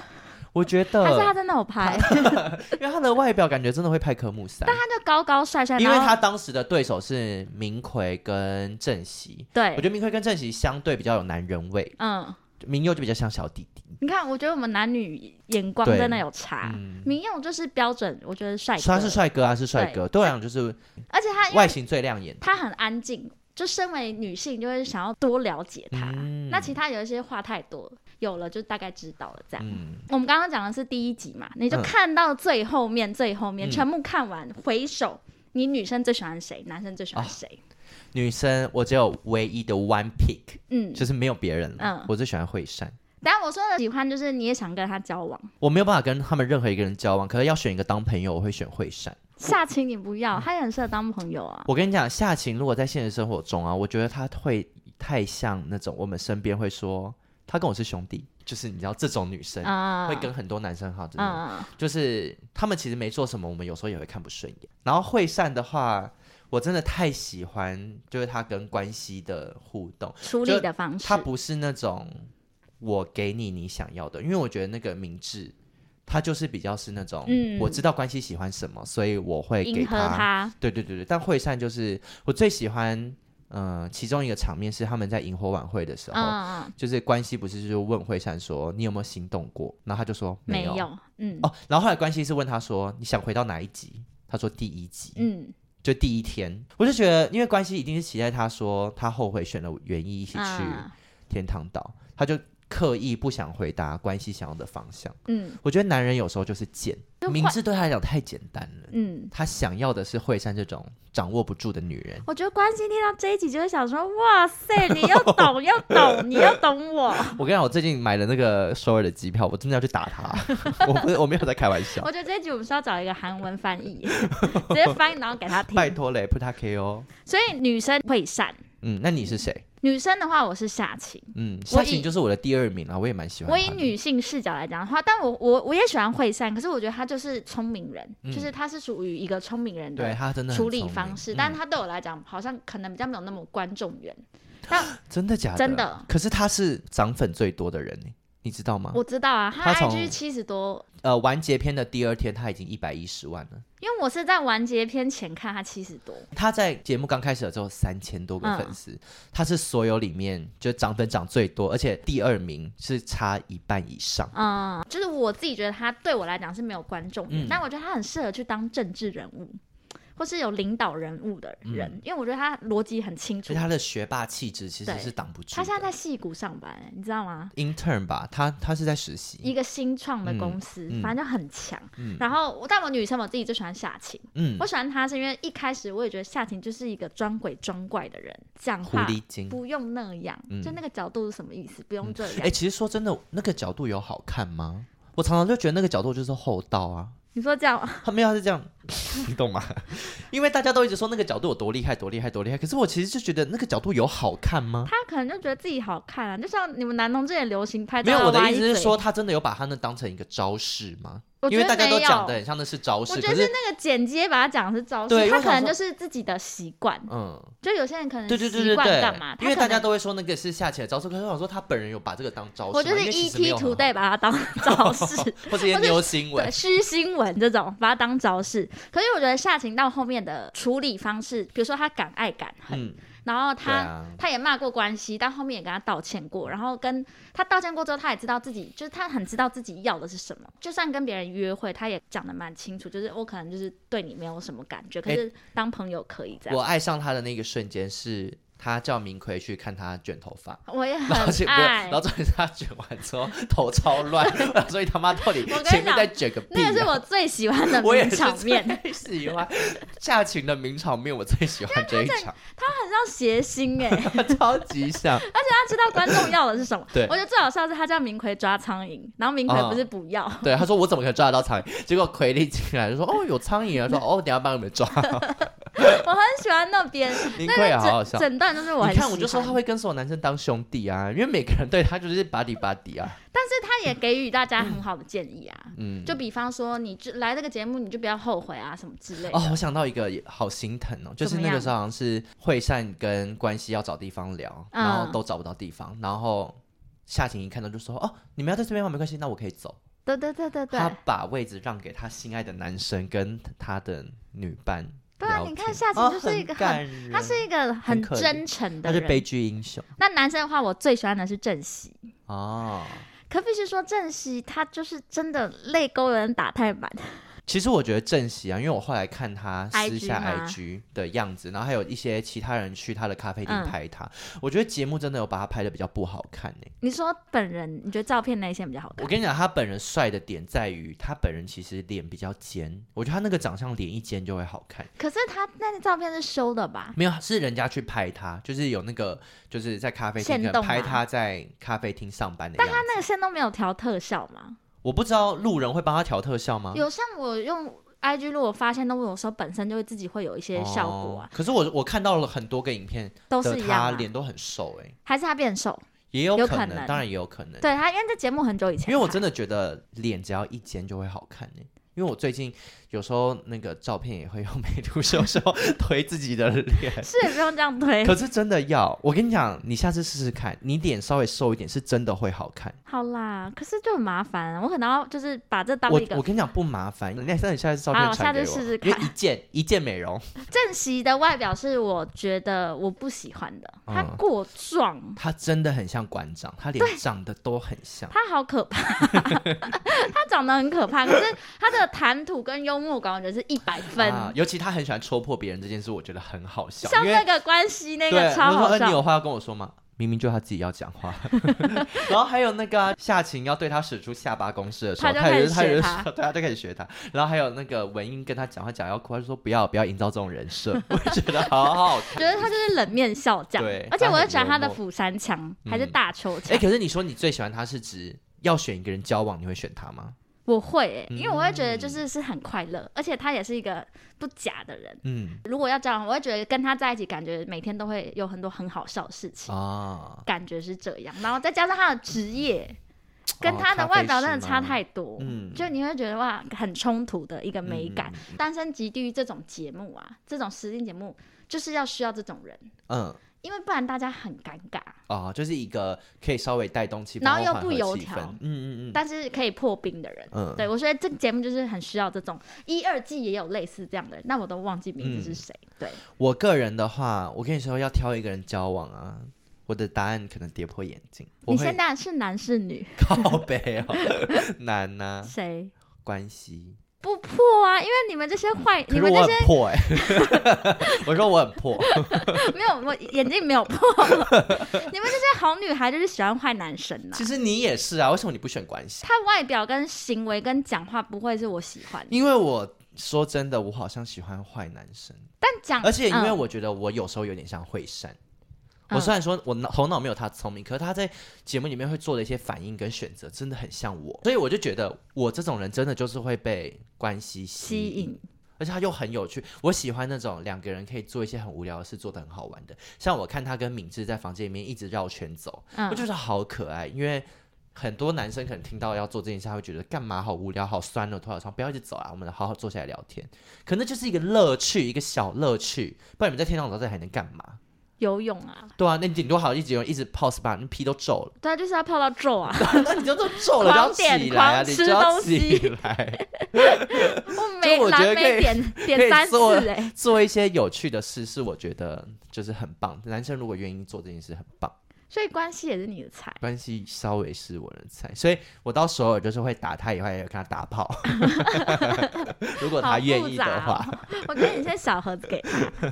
S1: 我觉
S2: 还是
S1: 得
S2: 他，真的有拍，
S1: (laughs) 因为他的外表感觉真的会拍科目三，
S2: 他就高高帅帅，
S1: 因为
S2: 然后
S1: 他当时的对手是明奎跟郑熙，我觉
S2: 对，
S1: 得明奎跟郑熙相对比较有男人味，
S2: 嗯，
S1: 明佑就比较像小弟弟。
S2: 你看，我觉得我们男女眼光
S1: 对
S2: 真的有差。
S1: 嗯，
S2: 明佑就是标准，我觉得帅哥，
S1: 他是帅哥啊，是帅哥，对我来讲就是
S2: 而且他因
S1: 外
S2: 为
S1: 形最亮眼。
S2: 他很安静，就身为女性就会想要多了解他。
S1: 嗯
S2: 那其他有一些话太多，有了就大概知道了这样。
S1: 嗯，
S2: 我们刚刚讲的是第一集嘛，你就
S1: 嗯
S2: 看到最后面，最后面、
S1: 嗯
S2: 全部看完，回首你女生最喜欢谁，男生最喜欢
S1: 啊
S2: 谁？
S1: 女生我只有唯一的 one pick，
S2: 嗯，
S1: 就是没有别人了。
S2: 嗯
S1: 我最喜欢惠善，
S2: 等下我说的喜欢就是你也想跟他交往，
S1: 我没有办法跟他们任何一个人交往，可是要选一个当朋友，我会选惠善。
S2: 夏青你不
S1: 嗯
S2: 要，他也很适合当朋友啊。
S1: 我跟你讲，夏晴如果在现实生活中啊，我觉得她会太像那种我们身边会说她跟我是兄弟，就是你知道这种女生。
S2: 啊，
S1: 会跟很多男生好，真的、
S2: 嗯，
S1: 就是他们其实没做什么，我们有时候也会看不顺眼。然后惠善的话，我真的太喜欢，就是她跟关系的互动，
S2: 处
S1: 就
S2: 理的方式
S1: 他，不是那种我给你你想要的，因为我觉得那个明智，他就是比较是那种，
S2: 嗯
S1: 我知道关系喜欢什么，所以我会给
S2: 迎合他，
S1: 对对对对，但惠善就是我最喜欢，嗯、其中一个场面是他们在萤火晚会的时候。
S2: 嗯嗯，
S1: 就是关系不是就是问惠善说你有没有心动过，然后他就说
S2: 没
S1: 有
S2: 有，嗯
S1: 哦，然后后来关系是问他说你想回到哪一集，他说第一集，
S2: 嗯，
S1: 就第一天，我就觉得因为关系一定是期待他说他后悔选了袁一一起去、
S2: 啊
S1: 天堂岛，他就刻意不想回答关系想要的方向。
S2: 嗯
S1: 我觉得男人有时候就是贱，
S2: 就
S1: 明
S2: 换
S1: 智对他来讲太简单了，
S2: 嗯。
S1: 他想要的是惠山这种掌握不住的女人。
S2: 我觉得关心听到这一集就会想说，哇塞，你又懂又懂，你又懂我。 (laughs)
S1: 我跟你讲，我最近买了那个首尔的机票，我真的要去打他， (laughs) 我不是我没有在开玩笑
S2: 我，觉得这一集我们是要找一个韩文翻译，直接翻译然后给他听。
S1: 拜托嘞，不他 K 哦。
S2: 所以女生会善，
S1: 嗯，那你是谁？
S2: 女生的话我是夏晴。
S1: 嗯，夏
S2: 以
S1: 晴就是我的第二名啊，我也蛮喜欢
S2: 我
S1: 她
S2: 以
S1: 的。
S2: 女性视角来讲的话，但我我我也喜欢惠善，可是我觉得她就是聪明人，就是她是属于一个聪明人
S1: 嗯对
S2: 的
S1: 她真的很
S2: 处理
S1: 聪
S2: 方
S1: 明
S2: 式，
S1: 嗯
S2: 但她对我来讲好像可能比较没有那么观众缘。
S1: 真的假的？
S2: 真的。
S1: 可是他是涨粉最多的人呢，你知道吗？
S2: 我知道啊，她
S1: 她从
S2: IG 七十多，
S1: 呃，完结篇的第二天他已经一百一十万了。
S2: 因为我是在完结篇前看她七十多，
S1: 他在节目刚开始的时候三千多
S2: 嗯
S1: 个粉丝，他是所有里面就涨粉涨最多，而且第二名是差一半以上。
S2: 嗯，就是我自己觉得她对我来讲是没有观众缘，
S1: 嗯
S2: 但我觉得她很适合去当政治人物。或是有领导人物的人，因为我觉得她逻辑很清楚
S1: 嗯所以。他的学霸气质其实
S2: 对
S1: 是挡不住的。嗯
S2: 她现在在戏骨上班，你知道吗？
S1: intern 吧，他他是在实习。
S2: 一个新创的公
S1: 嗯
S2: 司，
S1: 嗯
S2: 反正就很强。然后，但我女生我自己最喜欢夏晴，
S1: 嗯
S2: 我，喜欢她是因为一开始我也觉得夏晴就是一个装鬼装怪的人，讲
S1: 狐
S2: 话
S1: 狸精。
S2: 不用那样，
S1: 嗯
S2: 就那个角度是什么意思？不用这
S1: 哎、
S2: 样。
S1: 其实说真的，那个角度有好看吗？我常常就觉得那个角度就是厚道啊。
S2: 你说这样， (laughs)
S1: 他没有，他是这样， (laughs) 你懂吗？因为大家都一直说那个角度有多厉害，多厉害，多厉害。可是我其实就觉得那个角度有好看吗？
S2: 她可能就觉得自己好看啊，就像你们男同志也流行拍
S1: 没
S2: 照
S1: 有，我
S2: 要
S1: 的
S2: 挖
S1: 意
S2: 一
S1: 思是
S2: 嘴
S1: 说，，他真的有把他那当成一个招式吗？
S2: 我
S1: 因
S2: 觉
S1: 为
S2: 得
S1: 大家
S2: 没
S1: 都
S2: 有。
S1: 讲的很像那是招
S2: 我
S1: 式，可
S2: 觉得是
S1: 是
S2: 那个剪接把它讲的是招式，
S1: 对
S2: 他
S1: 我
S2: 可能
S1: 想说
S2: 就是自己的习惯。
S1: 嗯，
S2: 就有些人可能
S1: 对对对对
S2: 习惯干嘛
S1: 对，，因为
S2: 他
S1: 大
S2: 可
S1: 家
S2: 能
S1: 都会说那个是下棋的招式，可是我想说他本人有把这个当招式吗，
S2: 我就是
S1: 因
S2: E
S1: 为其实没
S2: ET
S1: 有很
S2: Today
S1: 好
S2: 把它当
S1: (laughs)
S2: 招式，
S1: 或 E 者一些
S2: 或者
S1: 流行 (laughs)
S2: 对
S1: 文，
S2: 虚新闻这种，把它当招式。可是我觉得夏晴到后面的处理方式，比如说她敢爱敢恨，
S1: 嗯，
S2: 然后
S1: 对
S2: 他、
S1: 啊，
S2: 他也骂过关系，但后面也跟他道歉过。然后跟他道歉过之后，他也知道自己就是他很知道自己要的是什么。就算跟别人约会，他也讲的蛮清楚，就是我可能就是对你没有什么感觉，可
S1: 哎
S2: 是当朋友可以这样。
S1: 我爱上他的那个瞬间是他叫明奎去看他卷头发。
S2: 我也
S1: (laughs) 然后
S2: 很
S1: 结果，
S2: 爱
S1: 然后，重点是他卷完之后头超
S2: (laughs)
S1: 乱，所以他妈到底
S2: 我跟你
S1: 前面
S2: 讲
S1: 在卷个屁、
S2: 那
S1: 啊？
S2: 个是我最喜欢的
S1: (laughs) 我也
S2: 名
S1: 是
S2: 场面，
S1: 最喜欢夏晴的名场面，我最喜欢这一场，
S2: 很像谐星哎、
S1: (laughs) 超级像。
S2: 他知道观众要的是什么。
S1: (laughs) 对
S2: 我觉得最好笑的是他叫明奎抓苍蝇，然后明奎
S1: 啊
S2: 不是不要，
S1: 对，他说我怎么可能抓得到苍蝇？结果奎利进来就说哦有苍蝇啊，说哦等一下帮你们抓。
S2: (laughs) 我很喜欢那
S1: (laughs)
S2: 边。
S1: 林
S2: 那
S1: 奎也
S2: 个
S1: 好好
S2: 整
S1: 笑。
S2: 整段就是我很
S1: 你
S2: 喜
S1: 看，
S2: 欢，
S1: 我就说他会跟所有男生当兄弟啊，因为每个人对他就是巴迪巴迪啊。
S2: 但是他也给予大家很好的建议啊，
S1: 嗯，
S2: 就比方说你就来这个节目，你就不要后悔啊什么之类的。
S1: 哦，我想到一个也好心疼哦，就是
S2: 怎么
S1: 那个
S2: 样
S1: 时候好像是惠善跟关系要找地方聊，
S2: 嗯
S1: 然后都找不到地方，然后夏晴一看到就说哦你们要在这边吗？没关系，那我可以走。
S2: 对对对对对
S1: 他，把位置让给他心爱的男生跟他的女伴
S2: 对啊，
S1: 聊
S2: 你
S1: 天
S2: 看夏晴
S1: 哦
S2: 就是一个很，
S1: 感人，
S2: 他是一个
S1: 很
S2: 很
S1: 可怜
S2: 真诚
S1: 他
S2: 的
S1: 是
S2: 人。
S1: 悲剧英雄
S2: 那男生的话，我最喜欢的是郑熙，
S1: 哦。
S2: 可必须说郑熙他就是真的泪沟有点打太满，
S1: 其实我觉得郑熙啊，因为我后来看他私下
S2: IG 吗
S1: IG 的样子，然后还有一些其他人去他的咖啡厅
S2: 嗯
S1: 拍他，我觉得节目真的有把他拍的比较不好看欸呢、
S2: 你说本人，你觉得照片那一些比较好看？
S1: 我跟你讲，他本人帅的点在于他本人其实脸比较尖，我觉得他那个长相脸一尖就会好看。
S2: 可是他那个照片是修的吧？
S1: 没有，是人家去拍他，就是有那个就是在咖啡厅
S2: 限
S1: 可能
S2: 动
S1: 拍
S2: 吗
S1: 他在咖啡厅上班的样子。
S2: 他那个线都没有调特效吗？
S1: 我不知道路人会帮他调特效吗？
S2: 有像我用 IG 录，我发现都有时候本身就会自己会有一些效果啊
S1: 哦，可是我我看到了很多个影片
S2: 都
S1: 哦的
S2: 是一
S1: 他
S2: 样、啊。
S1: 脸都很瘦、哎，
S2: 还是他变瘦？
S1: 也有
S2: 有
S1: 可
S2: 可
S1: 能，
S2: 能
S1: 当然也有可能。
S2: 对他，因为这节目很久以前
S1: 因为
S2: 拍，
S1: 我真的觉得脸只要一尖就会好看、哎，因为我最近有时候那个照片也会用 (laughs) 美图秀秀推自己的脸。
S2: 是也不用这样推，
S1: 可是真的要，我跟你讲，你下次试试看，你脸稍微瘦一点，是真的会好看。
S2: 好啦，可是就很麻烦啊，我可能要就是把这当
S1: 我
S2: 一
S1: 我
S2: 个
S1: 跟你讲不麻烦，那那你下次照
S2: 好
S1: 片
S2: 我
S1: 传
S2: 下
S1: 给我，
S2: 次试试
S1: 因为
S2: 看
S1: 一键 (laughs) 一键美容，
S2: 正熙的外表是我觉得我不喜欢的，他
S1: 嗯
S2: 过壮，
S1: 他真的很像馆长，他脸长得都很像。
S2: 他好可怕，他长得很可怕，可是他的谈吐跟幽默感，我觉得是一百分，
S1: 啊，尤其他很喜欢戳破别人这件事，我觉得很好笑，
S2: 像
S1: 因
S2: 那
S1: 为
S2: 个关系那
S1: 对
S2: 个超
S1: 我说
S2: 好
S1: 呃你有
S2: 笑。
S1: 话要跟我说吗？明明就他自己要讲话， (laughs) 然后还有那个啊夏晴要对他使出下巴攻势的时候，
S2: 他就
S1: 他也
S2: 开
S1: 是
S2: 始
S1: 他也是
S2: 学
S1: 说
S2: 他
S1: 对他就开始学他，然后还有那个文英跟他讲话讲要哭，他就说不要不要营造这种人设， (laughs) 我觉得好好看。
S2: 觉得他就是冷面笑匠
S1: 对，
S2: 而且
S1: 他
S2: 我
S1: 很
S2: 很喜欢他的
S1: 幽默
S2: 釜山腔，还是
S1: 嗯
S2: 大球
S1: (laughs) 哎、
S2: 腔。
S1: 可是你说你最喜欢他是指要选一个人交往，你会选他吗？
S2: 我会、欸，因为我会觉得
S1: 嗯
S2: 就是是很快乐，而且他也是一个不假的人。
S1: 嗯
S2: 如果要这样，我会觉得跟他在一起，感觉每天都会有很多很好笑的事情，
S1: 啊，
S2: 感觉是这样。然后再加上他的职业，跟
S1: 哦
S2: 他的
S1: 咖啡
S2: 外表
S1: 师
S2: 真的差
S1: 吗
S2: 太多，
S1: 嗯
S2: 就你会觉得哇，很冲突的一个美感。
S1: 嗯
S2: 单身即地狱这种节目啊，这种实境节目就是要需要这种人，
S1: 嗯
S2: 因为不然大家很尴尬，
S1: 啊，就是一个可以稍微带动气氛，
S2: 然后又
S1: 缓
S2: 不
S1: 和
S2: 油
S1: 气氛
S2: 条
S1: 嗯嗯嗯，
S2: 但是可以破冰的人。
S1: 嗯，
S2: 对，我觉得这个节目就是很需要这种，一二季也有类似这样的人，但我都忘记名字
S1: 嗯
S2: 是谁。对，
S1: 我个人的话，我跟你说要挑一个人交往啊，我的答案可能跌破眼镜，我
S2: 你现
S1: 会
S2: 在是男是女？
S1: (laughs) 靠背哦，难呐、
S2: 谁
S1: 关系，
S2: 不破啊？因为你们这些坏，
S1: 可
S2: 你
S1: 是 (laughs)
S2: 们
S1: 我
S2: 这些
S1: 很破哎、我说我很破， (laughs)
S2: 没有，我眼睛没有破。你们这些好女孩就是喜欢坏男生呐、
S1: 其实你也是啊，为什么你不选关系？
S2: 他外表跟行为跟讲话不会是我喜欢的，
S1: 因为我说真的，我好像喜欢坏男生。
S2: 但讲
S1: 而且因为
S2: 嗯
S1: 我觉得我有时候有点像惠善，
S2: 嗯
S1: 我虽然说我脑头脑没有他聪明，可是他在节目里面会做的一些反应跟选择真的很像我，所以我就觉得我这种人真的就是会被关系吸
S2: 吸
S1: 引。
S2: 引，
S1: 而且他又很有趣，我喜欢那种两个人可以做一些很无聊的事，做得很好玩的。像我看他跟敏智在房间里面一直绕圈走，
S2: 嗯
S1: 我，觉得好可爱，因为很多男生可能听到要做这件事，他会觉得干嘛好无聊，好酸哦，拖到床，不要一直走啊，我们好好坐下来聊天。可那就是一个乐趣，一个小乐趣，不然你们在天堂岛这还能干嘛？
S2: 游泳啊，
S1: 对啊，那你顶多好一直有一直泡 SPA，你皮都皱了，
S2: 对啊，就是要泡到
S1: (laughs)
S2: 皱啊。
S1: 那你就都皱了，就要
S2: 狂点
S1: 起来啊，
S2: 狂
S1: 你就
S2: 吃
S1: 要
S2: 东西
S1: 起来，
S2: 我每
S1: 我觉得
S2: 蓝
S1: 可以
S2: 莓点
S1: 可以
S2: 点三
S1: 做
S2: 次哎、
S1: (laughs) 做一些有趣的事，是我觉得就是很棒。男生如果愿意做这件事，很棒。
S2: 所以关系也是你的菜。
S1: 关系稍微是我的菜，所以我到首尔就是会打他以外，也有跟他打
S2: (laughs)
S1: 炮。如果他愿意的
S2: 好哦
S1: 话，
S2: 我觉得你先小盒子给他。好，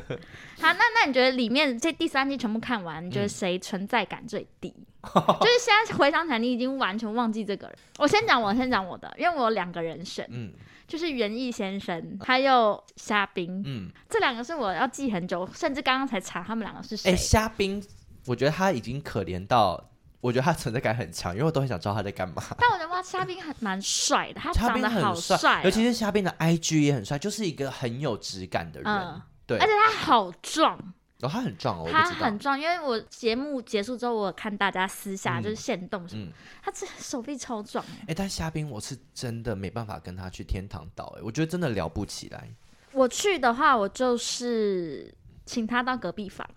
S2: 那那你觉得里面这第三季全部看完，你
S1: 嗯
S2: 觉得谁存在感最
S1: (laughs)
S2: 低？就是现在回想起来，你已经完全忘记这个人。我先讲我，先讲我的，因为我有两个人选，
S1: 嗯啊
S2: 就是园艺先生还有虾兵，
S1: 嗯，
S2: 这两个是我要记很久，甚至刚刚才查他们两个是
S1: 哎、
S2: 谁。
S1: 虾兵，我觉得他已经可怜到，我觉得他存在感很强，因为我都很想知道他在干嘛。
S2: 但我觉得哇，虾兵还蛮帅的，他
S1: 虾
S2: 长
S1: 兵
S2: 得好
S1: 很
S2: 帅哦，
S1: 尤其是虾兵的 IG 也很帅，就是一个很有质感的人。
S2: 嗯
S1: 对，
S2: 而且他好壮，
S1: 然后、他很壮哦，我
S2: 他
S1: 不知道
S2: 很。壮，因为我节目结束之后，我有看大家私下
S1: 嗯
S2: 就是现动什么，
S1: 嗯
S2: 他这手臂超壮欸。
S1: 哎、但虾兵我是真的没办法跟他去天堂岛，哎，我觉得真的聊不起来。
S2: 我去的话，我就是请他到隔壁房，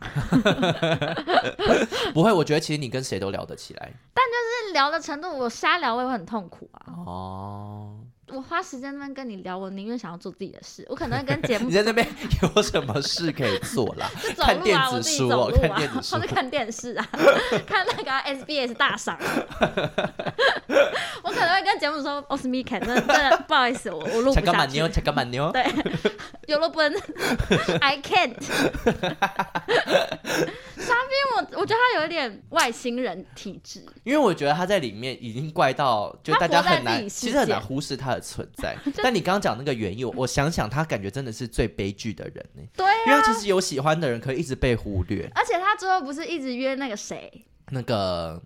S1: 不会，我觉得其实你跟谁都聊得起来。
S2: 但聊的程度，我瞎聊我也会很痛苦啊。
S1: 哦，
S2: 我花时间在那边跟你聊，我宁愿想要做自己的事，我可能会跟节
S1: (laughs)
S2: 目
S1: 你在那边有什么事可以做
S2: (laughs)
S1: 啦？
S2: 就走
S1: 看
S2: 路
S1: 电
S2: 啊，我
S1: 子
S2: 自己
S1: 书
S2: 走
S1: 哦
S2: 路
S1: 看
S2: 啊
S1: 电子，
S2: (laughs) 或
S1: 书
S2: 者看电视啊，看那个 SBS 大赏啊。 (laughs) 我可能会跟节目说 o s m i k 真的真的不好意思，我我录
S1: 才
S2: 不
S1: 干嘛
S2: 下去
S1: 妞，。才干哦嘛妞？
S2: 对，有
S1: (laughs)
S2: 了本，I can't。沙 (laughs) 冰，我我觉得他有一点外星人体质，
S1: 因为我觉得他在里面已经怪到，就
S2: 他
S1: 大家
S2: 活在
S1: 很
S2: 自
S1: 难，
S2: 己
S1: 其
S2: 世
S1: 实很
S2: 界
S1: 难忽视他的存在。
S2: (laughs)
S1: 但你刚刚讲那个原因，我想想，他感觉真的是最悲剧的人呢、
S2: 对
S1: 因为
S2: 啊，
S1: 他其实有喜欢的人，可以一直被忽略。
S2: 而且他最后不是一直约那个谁，
S1: 那个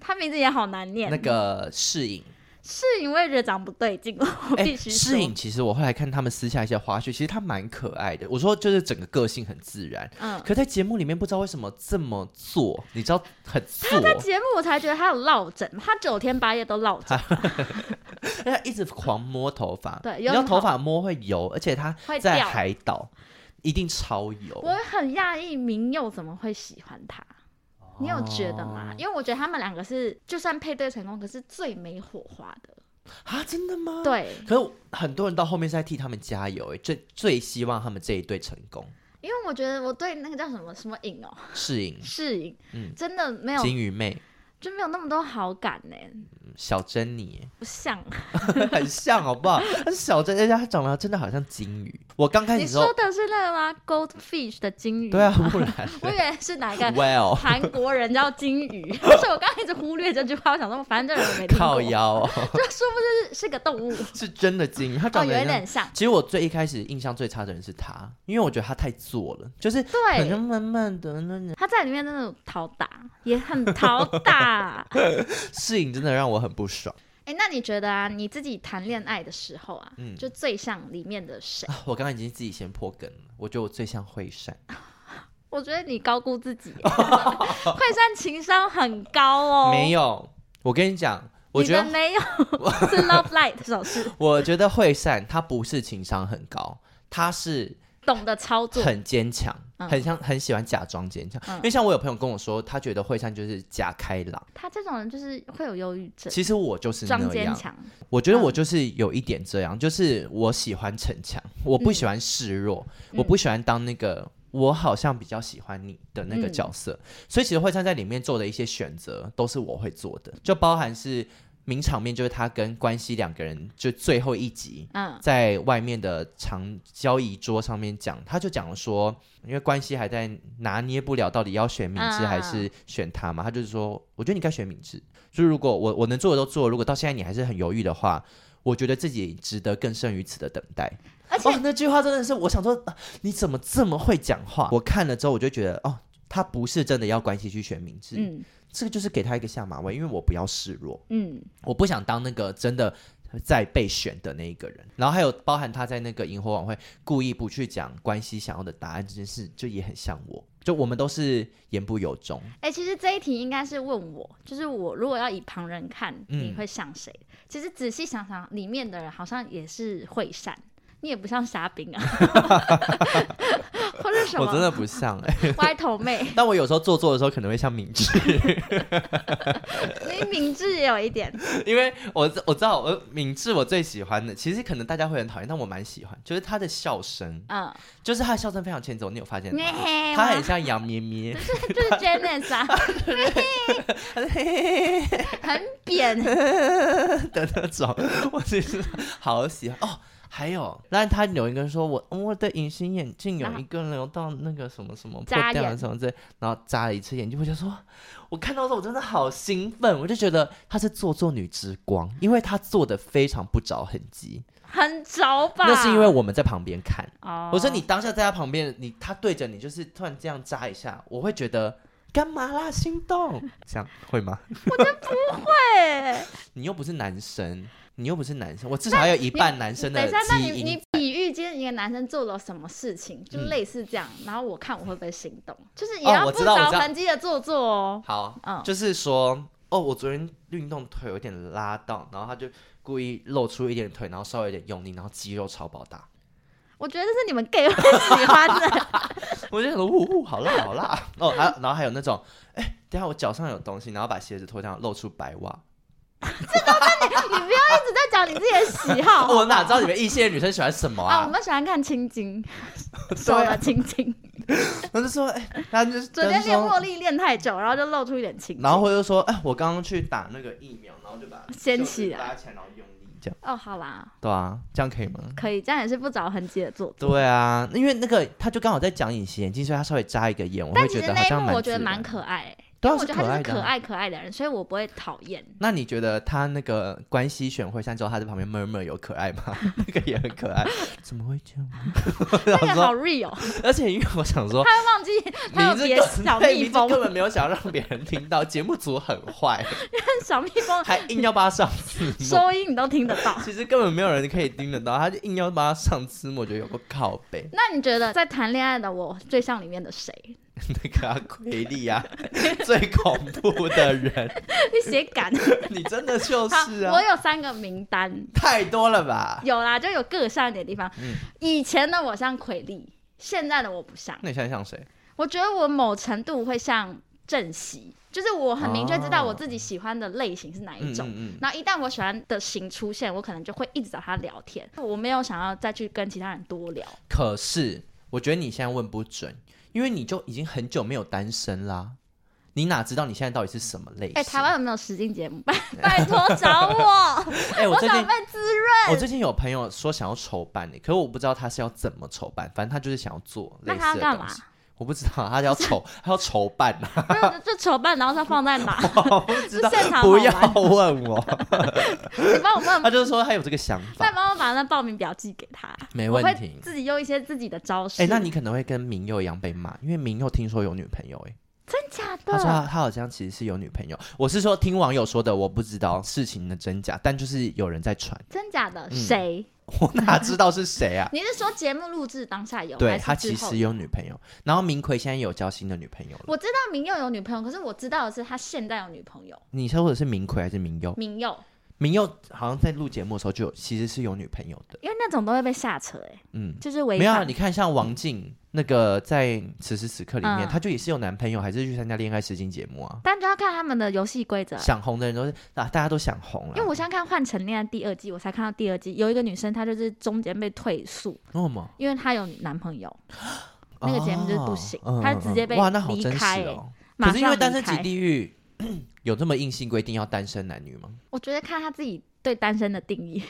S2: 他名字也好难念，
S1: 那个世影，
S2: 是因为觉得长不对劲， (laughs) 我
S1: 哎、
S2: 必须说
S1: 世影其实我后来看他们私下一些花絮，其实他蛮可爱的。我说就是整个个性很自然，
S2: 嗯，
S1: 可在节目里面不知道为什么这么做，你知道很做，
S2: 在节目我才觉得他有落枕，他九天八夜都落枕，
S1: 而且一直狂摸头发，
S2: 对
S1: 你
S2: 有
S1: 知道
S2: 很
S1: 头发摸会油，而且他
S2: 会
S1: 在
S2: 掉
S1: 海岛一定超油。
S2: 我很讶异明佑怎么会喜欢他。
S1: 哦
S2: 你有觉得吗？因为我觉得他们两个是，就算配对成功，可是最没火花的。
S1: 啊，真的吗？。
S2: 对，
S1: 可是很多人到后面是在替他们加油、哎，最最希望他们这一对成功，
S2: 因为我觉得我对那个叫什么什么影哦，
S1: 适应
S2: 世影，
S1: 嗯
S2: 真的没有，
S1: 金鱼妹、
S2: 就没有那么多好感呢、
S1: 嗯小珍妮 (laughs)
S2: 不像。
S1: 很像，好不好？但是小珍，而且她长得真的好像金鱼。我刚开始
S2: 你
S1: 的时候
S2: 说，的是那个吗？Goldfish 的金鱼？
S1: 对啊，，不然
S2: 我以为是哪一个
S1: ，Well，
S2: 韩国人叫金
S1: (laughs)
S2: 鱼，所以我刚刚一直忽略这句话，我想说反正这人没听
S1: 靠
S2: 过，
S1: 腰、 (laughs) 哦、
S2: 这是不是是个动物？哦，
S1: 是真的金鱼，她
S2: 有
S1: 长得
S2: 一
S1: 很像
S2: 点像。
S1: 其实我最一开始印象最差的人是他，因为我觉得他太作了，就是很像
S2: 对，
S1: 慢慢的那那
S2: 他在里面那种讨打，也很讨打。
S1: 适应真的让我很不爽。
S2: (laughs) 哎、那你觉得啊，你自己谈恋爱的时候啊，
S1: 嗯
S2: 就最像里面的
S1: (laughs)
S2: 谁？
S1: 啊我刚刚已经自己先破梗了，我觉得我最像惠善，
S2: 我觉得你高估
S1: (laughs)
S2: 自己耶，惠善情商很高哦。
S1: 没
S2: 有，
S1: 有，我跟你讲，我觉得
S2: 没有 (laughs) 是 Love Light 手势，
S1: 我觉得惠善他不是情商很高，他是
S2: 懂得操作。
S1: 很坚强，
S2: 嗯
S1: 很像很喜欢假装坚强。
S2: 嗯
S1: 因为像我有朋友跟我说，他觉得惠善就是假开朗，
S2: 他这种人就是会有忧郁症，
S1: 其实我就是
S2: 装
S1: 那
S2: 坚
S1: 样。
S2: 强。
S1: 我觉得我就是有一点这样，就是我喜欢逞强，我不喜欢示弱，
S2: 嗯
S1: 我不喜欢当那个我好像比较喜欢你的那个角色。所以其实惠灿在里面做的一些选择都是我会做的，就包含是名场面，就是他跟关西两个人就最后一集。
S2: 嗯，
S1: 在外面的长交易桌上面讲，他就讲了说，因为关系还在拿捏不了到底要选敏智
S2: 啊
S1: 还是选他嘛，他就是说，我觉得你该选敏智。就是如果我我能做的都做了，如果到现在你还是很犹豫的话，我觉得自己值得更胜于此的等待。
S2: 而且
S1: 哦，那句话真的是，我想说，啊你怎么这么会讲话？我看了之后，我就觉得，哦，他不是真的要关系去选敏智，
S2: 嗯
S1: 这个就是给他一个下马威，因为我不要示弱。
S2: 嗯，
S1: 我不想当那个真的在被选的那一个人。然后还有包含他在那个萤火晚会故意不去讲关系想要的答案这件事，就也很像我。就我们都是言不由衷，
S2: 哎、其实这一题应该是问我，就是我如果要以旁人看，
S1: 嗯
S2: 你会像谁？其实仔细想想，里面的人好像也是惠善。你也不像虾兵
S1: (laughs)
S2: 啊，或者什
S1: 我真
S2: 么
S1: 的不像哎、
S2: (laughs) 歪头妹，
S1: 但我有时候做作的时候可能会像敏智，
S2: 你明智也有一点，
S1: 因为我知我知道我敏智我最喜欢的，其实可能大家会很讨厌，但我蛮喜欢，就是他的笑声，
S2: 嗯，
S1: 就是他的笑声非常欠揍，你有发现吗？
S2: 嘿嘿，
S1: 他
S2: 我
S1: 很像杨咩咩，
S2: 就是 Janice
S1: (laughs)
S2: 啊，很扁，
S1: 的那种， (laughs) 我其实好喜欢哦。还有，但他有一个人说我我的隐形眼镜有
S2: 然后
S1: 一个流到那个什么什么破
S2: 扎
S1: 掉了
S2: 眼
S1: 什么之类，然后扎了一次眼睛，我就说，我看到的时候我真的好兴奋，我就觉得她是做作女之光，因为她做的非常不着痕迹。
S2: 很着吧？
S1: 那是因为我们在旁边看，
S2: 哦，
S1: 我说你当下在她旁边，你她对着你就是突然这样扎一下，我会觉得干嘛啦，心动，这样会吗？
S2: 对，
S1: 你又不是男生，你又不是男生，我至少还有一半男生
S2: 等
S1: 的
S2: 一下，那
S1: 基
S2: 你
S1: 因嗯
S2: 你。比喻今天一个男生做了什么事情，就类似这样，然后我看我会不会心动，就是也
S1: 哦
S2: 要
S1: 我
S2: 不
S1: 知道我
S2: 着
S1: 知道
S2: 痕迹的做作哦。
S1: 好，
S2: 嗯
S1: 就是说，哦，我昨天运动腿有点拉到，然后他就故意露出一点腿，然后稍微有点用力，然后肌肉超爆
S2: (laughs)
S1: 大，
S2: 我觉得这是你们 gay 会喜
S1: (laughs)
S2: 欢的，
S1: 我就想说，呜呜，好辣，好辣。哦，还有然后还有那种，哎、等一下我脚上有东西，然后把鞋子脱掉，露出白袜。
S2: 你不要一直在讲你自己的喜哦好。
S1: 我哪知道你们异性的女生喜欢什么
S2: 啊，我
S1: 啊？
S2: 们喜欢看青筋，手
S1: (laughs) 对啊
S2: 的青筋。
S1: 我就说，哎、他就是
S2: 昨天
S1: 他就
S2: 练
S1: 说
S2: 茉莉练太久，然后就露出一点青筋。
S1: 然后我就说，哎、我刚刚去打那个疫苗，然后就把
S2: 掀
S1: 袖子
S2: 起来
S1: 拉起来，然后用力这样。
S2: 哦，好啦，
S1: 对啊，这样可以吗？
S2: 可以，这样也是不着痕迹的做作。
S1: 对啊，因为那个他就刚好在讲隐形眼镜，所以他稍微扎一个眼，我
S2: 但
S1: 会
S2: 其
S1: 觉
S2: 实
S1: 得好
S2: 那一
S1: 像
S2: 幕我觉
S1: 自
S2: 得
S1: 然
S2: 蛮可爱、欸，
S1: 对啊
S2: 因为我觉
S1: 是
S2: 得
S1: 可
S2: 他
S1: 爱
S2: 就
S1: 的
S2: 是可
S1: 啊
S2: 爱可爱的人，所以我不会讨厌。
S1: 那你觉得他那个关系选会上之后，他在旁边 murmur 有可爱吗？
S2: (laughs)
S1: 那个也很可爱，怎么会这样呢？我
S2: (laughs) 那
S1: 想
S2: 个好
S1: 说，
S2: real，
S1: 而且因为我想说，
S2: 他会忘记他有
S1: 明字
S2: 别小
S1: 对
S2: 蜜
S1: 明字
S2: 蜂，
S1: 根本没有想让别人听
S2: (laughs)
S1: 到，节目组很坏，
S2: 但小蜜
S1: (laughs)
S2: 蜂
S1: 还硬要帮他上字幕。
S2: 收音你都听得到。 (laughs)
S1: 其实根本没有人可以听得到，他就硬要帮他上字幕，我觉得有个靠背。
S2: 那你觉得在谈恋爱的我最像里面的谁？ (laughs)
S1: 那个阿奎利啊，最恐怖的人，
S2: 你写
S1: (laughs)
S2: 感
S1: 你真的就
S2: 好，
S1: 是啊
S2: 我。有三个名单，
S1: 太多了吧？
S2: 有啦，就有各像一点的地方。
S1: 嗯
S2: 以前的我像奎丽，现在的我不像。
S1: 那你现在像谁？
S2: 我觉得我某程度会像正熙，就是我很明确知道我自己喜欢的类型是哪一种。
S1: 哦嗯
S2: 然后一旦我喜欢的型出现，我可能就会一直找他聊天。我没有想要再去跟其他人多聊，
S1: 可是我觉得你现在问不准，因为你就已经很久没有单身啦，你哪知道你现在到底是什么类型？
S2: 哎、台湾有没有实境节目？拜 (laughs) 拜
S1: (laughs)
S2: 托找我，
S1: 哎、我
S2: 我
S1: 最近
S2: 想被滋润。
S1: 我最近有朋友说想要筹办呢，可是我不知道他是要怎么筹办，反正他就是想要做类
S2: 那他要
S1: 似的
S2: 干嘛
S1: 东西。我不知道，他要筹， (laughs) 他要筹办啊，
S2: (laughs) 就就筹办，然后他放在哪？
S1: (laughs) 我不知道
S2: 是现，场
S1: 不
S2: 好
S1: 要
S2: 玩
S1: 问我。
S2: (laughs) 你帮我
S1: (laughs)
S2: 问，
S1: 他就是说他有这个想
S2: 再
S1: 法，
S2: 帮我把那报名表寄给他。
S1: 没
S2: 我
S1: 问
S2: 会
S1: 题。
S2: 自己用一些自己的招式。
S1: 哎、那你可能会跟明佑一样被骂，因为明佑听说有女朋友、哎，
S2: 真假
S1: 他说他
S2: 的？
S1: 他好像其实是有女朋友，我是说听网友说的，我不知道事情的真假，但就是有人在传，
S2: 真假
S1: 嗯
S2: 的？谁？
S1: 我哪知道是谁
S2: (laughs)
S1: 啊？
S2: 你是说节目录制当下有？
S1: 对
S2: 还是
S1: 他
S2: 之
S1: 其
S2: 后
S1: 实有女朋友，然后明奎现在有交新的女朋友了。
S2: 我知道明佑有女朋友，可是我知道的是他现在有女朋友。
S1: 你说的是明奎还是明佑？
S2: 明佑，
S1: 明佑好像在录节目的时候就有，其实是有女朋友的。
S2: 因为那种都会被下车哎、
S1: 嗯，
S2: 就是违
S1: 没有啊，
S2: 反。
S1: 你看像王静那个在此时此刻里面，
S2: 嗯
S1: 她、就也是有男朋友，还是去参加恋爱实境节目啊？
S2: 但就要看他们的游戏规则。
S1: 想红的人都是啊，大家都想红了。
S2: 啊因为我现在看《换成恋爱》第二季，我才看到第二季有一个女生，她就是中间被退诉，
S1: 为什么
S2: 因为她有男朋友，那个节目就是不行
S1: 哦
S2: 他直接被
S1: 哇，那好
S2: 离
S1: 真实
S2: 开欸
S1: 哦。
S2: 马
S1: 可是因
S2: 上
S1: 为
S2: 离
S1: 单身即
S2: 开。
S1: 地狱 (clears throat) 有这么硬性规定要单身男女
S2: (laughs)
S1: 吗？
S2: 我觉得看她自己对单身的定
S1: (laughs)
S2: 义，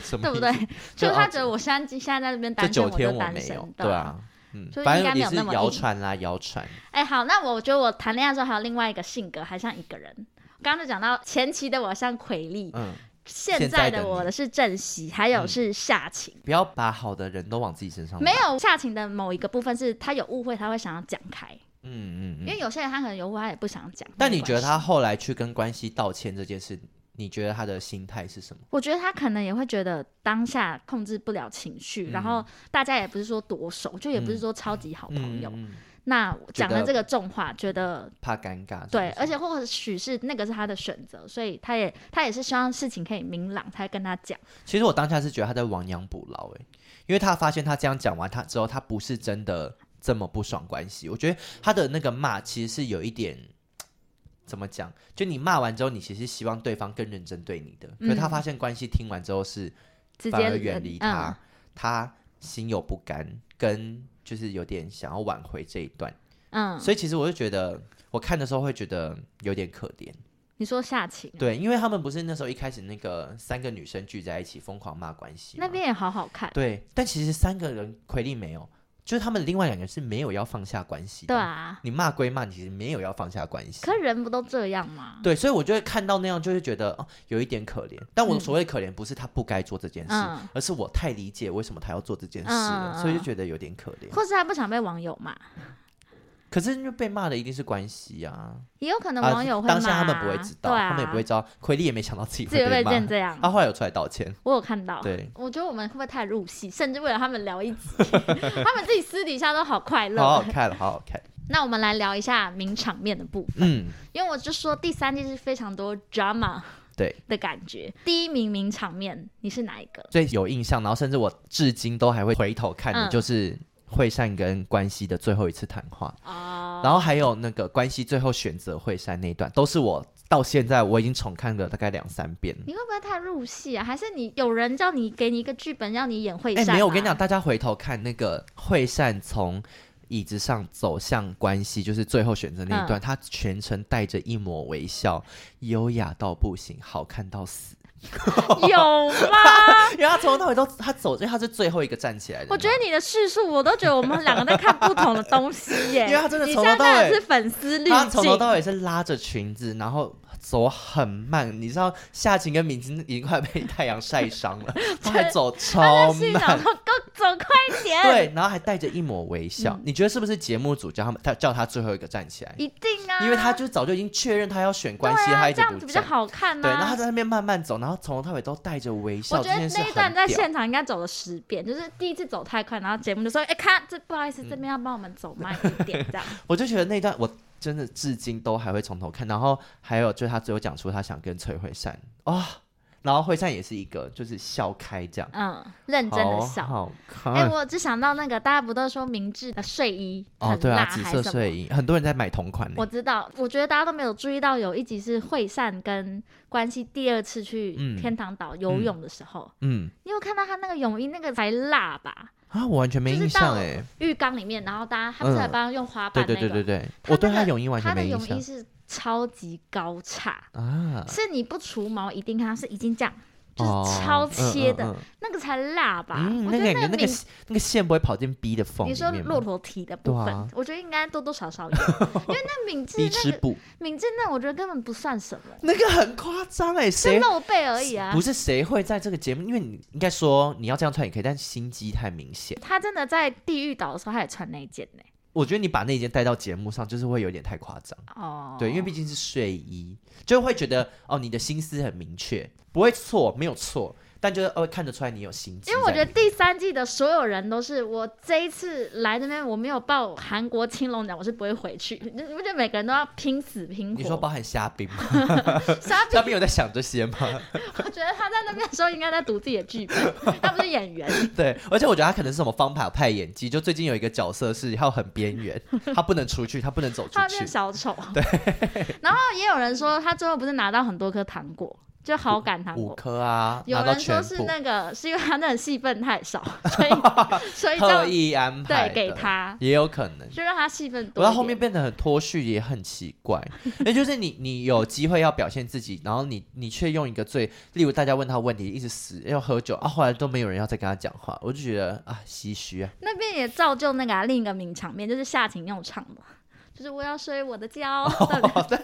S1: 什么意
S2: 对不
S1: 思？
S2: 对？
S1: 嗯就
S2: 就是她
S1: 啊
S2: 觉得我现在现在在那边
S1: 这
S2: 单身，
S1: 九
S2: 我就
S1: 天我
S2: 单
S1: 没
S2: 身
S1: 有，，
S2: 对
S1: 对
S2: 吧？
S1: 啊，嗯
S2: 所，以
S1: 反
S2: 应该
S1: 正
S2: 没
S1: 也
S2: 有
S1: 是
S2: 那么
S1: 谣
S2: 硬
S1: 传啦，谣传。
S2: 哎、好，那我觉得我谈恋爱的时候还有另外一个性格，还像一个人。刚刚就讲到前期的我像奎丽，
S1: 嗯，
S2: 现
S1: 现在
S2: 在的
S1: 的
S2: 我
S1: 你
S2: 的是正熙，还有
S1: 嗯
S2: 是夏晴。
S1: 不要把好的人都往自己身上。
S2: 没，有夏晴的某一个部分是她有误会，她会想要讲开，
S1: 嗯嗯
S2: 因
S1: 嗯。
S2: 为有些人她可能有误会，她也不想讲。
S1: 但
S2: 没
S1: 你觉得
S2: 关系
S1: 他？后来去跟关系道歉这件事，你觉得他的心态是什么？
S2: 我觉得她可能也会觉得当下
S1: 嗯
S2: 控制不了情绪，然后大家也不是说多熟，就也不是说超级好朋友，
S1: 嗯嗯
S2: 那讲
S1: 觉
S2: 了
S1: 得
S2: 这个重话，觉得
S1: 怕尴尬。是
S2: 对，
S1: 不是
S2: 而且或许是那个是他的选择，所以他也他也是希望事情可以明朗，才跟他讲。
S1: 其实我当下是觉得他在亡羊补牢，哎，因为他发现他这样讲完他之后，他不是真的这么不爽关系。我觉得他的那个骂其实是有一点。怎么讲？就你骂完之后，你其实希望对方更认真对你的，可是他
S2: 嗯
S1: 发现关系听完之后是
S2: 直
S1: 反
S2: 接
S1: 而远离
S2: 嗯
S1: 他，他心有不甘，跟就是有点想要挽回这一段，
S2: 嗯，
S1: 所以其实我就觉得，我看的时候会觉得有点可怜，
S2: 你说下情啊、
S1: 对，因为他们不是那时候一开始那个三个女生聚在一起疯狂骂关系吗，
S2: 那边也好好看，
S1: 对，但其实三个人奎利没有，就是他们另外两个人是没有要放下关系的，
S2: 对啊，
S1: 你骂归骂，你其实没有要放下关系，
S2: 可人不都这样吗？
S1: 对，所以我就会看到那样，就会觉得哦，有一点可怜。但我
S2: 嗯
S1: 所谓可怜，不是他不该做这件事，
S2: 嗯
S1: 而是我太理解为什么他要做这件事了，
S2: 嗯嗯
S1: 所以就觉得有点可怜。
S2: 或是他不想被网友骂，
S1: 可是因为被骂的一定是关系啊，
S2: 也有可能
S1: 啊
S2: 网友会骂、
S1: 当下他们不会知道，
S2: 对啊，
S1: 他们也不会知道，奎利也没想到自己
S2: 自
S1: 会
S2: 己会
S1: 被
S2: 被
S1: 骂。
S2: 变这样。
S1: 他后来有出来道歉，
S2: 我有看到，
S1: 对，
S2: 我觉得我们会不会太入戏，甚至为了他们聊一集， (laughs) 他们自己私底下都好快乐。
S1: 好好看，好好看。
S2: 那我们来聊一下名场面的部分，
S1: 嗯，
S2: 因为我就说第三季是非常多 drama
S1: 对
S2: 的感觉。第一名名场面，你是哪一个？
S1: 最有印象，然后甚至我至今都还会回头看的，
S2: 嗯
S1: 就是惠善跟关系的最后一次谈话。
S2: 哦、
S1: 然后还有那个关系最后选择惠山那一段，都是我到现在我已经重看了大概两三遍。
S2: 你会不会太入戏啊？还是你有人叫你给你一个剧本，让你演会
S1: 哎、
S2: 善、啊？
S1: 没有，我跟你讲，，大家回头看那个惠善从椅子上走向关系，就是最后选择那
S2: 嗯
S1: 一段，他全程带着一抹微笑，优雅到不行，好看到死。
S2: (laughs) 有吗？
S1: 因为他从头到尾都他走，因为他是最后一个站起来的嘛。
S2: 我觉得你的叙述，我都觉得我们两个在看不同的东西耶。
S1: (laughs) 因为他真的
S2: 你
S1: 从
S2: 现
S1: 头到
S2: 在当然
S1: 尾
S2: 是粉丝滤
S1: 他从头
S2: 镜，
S1: 到尾是拉着裙子，然后走很慢。你知道夏晴跟敏晶已经快被太阳晒伤
S2: (laughs)
S1: 了，他还走超
S2: 心
S1: 慢
S2: 想。说：“ (laughs) 哥，走快点！”，
S1: 对，然后还带着一抹微笑。
S2: 嗯
S1: 你觉得是不是节目组叫他们他叫他最后一个站起来？
S2: 一定啊，
S1: 因为他就早就已经确认他要选关系，
S2: 对
S1: 他
S2: 啊，
S1: 一
S2: 这
S1: 直
S2: 样
S1: 不
S2: 子比较
S1: 站。
S2: 好看
S1: 对，然后他
S2: 啊。
S1: 在那边慢慢走，然后从头到尾都带着微笑。
S2: 我觉
S1: 这
S2: 得
S1: 件事
S2: 那一段
S1: 很
S2: 在
S1: 屌
S2: 现场应该走了十遍，就是第一次走太快，然后节目就说：“哎、看这不好意思，这边要帮我们走慢一点，这样。
S1: 我就觉得那一段我真的至今都还会从头看。然后还有就是他最后讲出他想跟崔惠善啊、然后惠善也是一个就是笑开这样”，
S2: 嗯，认真的笑。
S1: 好好啊看。
S2: 哎、我只想到那个，大家不都说明治的睡衣很辣、
S1: 哦，对啊，紫
S2: 还
S1: 色
S2: 什么
S1: 睡衣，很多人在买同款呢
S2: 我。知道，我觉得大家都没有注意到，有一集是惠善跟关系第二次去
S1: 嗯
S2: 天堂岛游泳的时候，
S1: 嗯
S2: 你有看到他那个泳衣那个才辣吧？
S1: 啊，我完全没
S2: 就是
S1: 印象
S2: 到
S1: 哎。
S2: 浴缸里面，然后大家他不是还帮他用花
S1: 对
S2: 瓣
S1: 嗯
S2: 那
S1: 对
S2: 个，
S1: 对对对，
S2: 他
S1: 我对
S2: 那
S1: 他
S2: 个
S1: 泳衣完全
S2: 他的
S1: 没印
S2: 泳
S1: 象
S2: 衣是超级高叉，
S1: 啊。
S2: 是你不除毛一定看它啊是已经这样，就是
S1: 哦
S2: 超切的，
S1: 嗯嗯
S2: 那个才辣吧？
S1: 嗯嗯
S2: 我
S1: 那
S2: 觉
S1: 个
S2: 得
S1: 那
S2: 个
S1: 个
S2: 名。
S1: 那个线不会跑进 B 的缝里
S2: 你说
S1: 面
S2: 骆
S1: 吗？
S2: 驼体的部分，
S1: 对啊
S2: 我觉得应该多多少少有，
S1: (laughs)
S2: 因为那敏智
S1: B
S2: 那
S1: 吃
S2: 个
S1: 补，
S2: 敏智那我觉得根本不算什么，
S1: (laughs) 那个很夸张哎，
S2: 是
S1: 谁
S2: 露背而已啊
S1: 不。是谁会在这个节目？因为你应该说你要这样穿也可以，但心机太明显。
S2: 他真的在地狱岛的时候，他也穿那一件呢、
S1: 我觉得你把那件带到节目上，就是会有点太夸张。
S2: 哦，
S1: 对，因为毕竟是睡衣，就会觉得哦，你的心思很明确，不会错，没有错，但就是哦，看得出来你有心机在
S2: 因
S1: 里
S2: 为
S1: 面。
S2: 我觉得第三季的所有人都是，我这一次来这边我没有报韩国青龙奖，我是不会回去。你你不觉得每个人都要拼死拼活？
S1: 你说包含虾兵
S2: (laughs)
S1: 吗？
S2: 沙比
S1: 虾兵有在想这些吗？ (laughs)
S2: 我觉得他在那边的时候应该在读自己的剧本，他不是演
S1: (laughs)
S2: 员。
S1: 对，而且我觉得他可能是什么方法派演技，就最近有一个角色是要很边
S2: (laughs)
S1: 缘，他不能出去，他不能走出
S2: 他变
S1: 去。
S2: 小
S1: (laughs)
S2: 丑，对。然后也有人说，他最后不是拿到很多颗糖果，就好感糖
S1: 五
S2: 果。
S1: 颗啊，
S2: 有
S1: 拿到
S2: 人说
S1: 全
S2: 是
S1: 部，
S2: 那个，是因为他那个戏份
S1: (laughs)
S2: 太少，所以所以
S1: 特
S2: 就
S1: 意安排
S2: 对给
S1: 的，
S2: 他，
S1: 也有可能。
S2: 就让他戏份多
S1: 我
S2: 一点。
S1: 到后面变得很脱序，也很奇怪。 (laughs) 那就是你，你有机会要表现自己，然后你你却用一个最，例如大家问他问题，一直死要喝酒啊，后来都没有人要再跟他讲话，我就觉得啊唏嘘啊。
S2: 那边也造就那个、啊、另一个名场面，就是夏晴用唱的，就是我要睡我的觉， (laughs) 对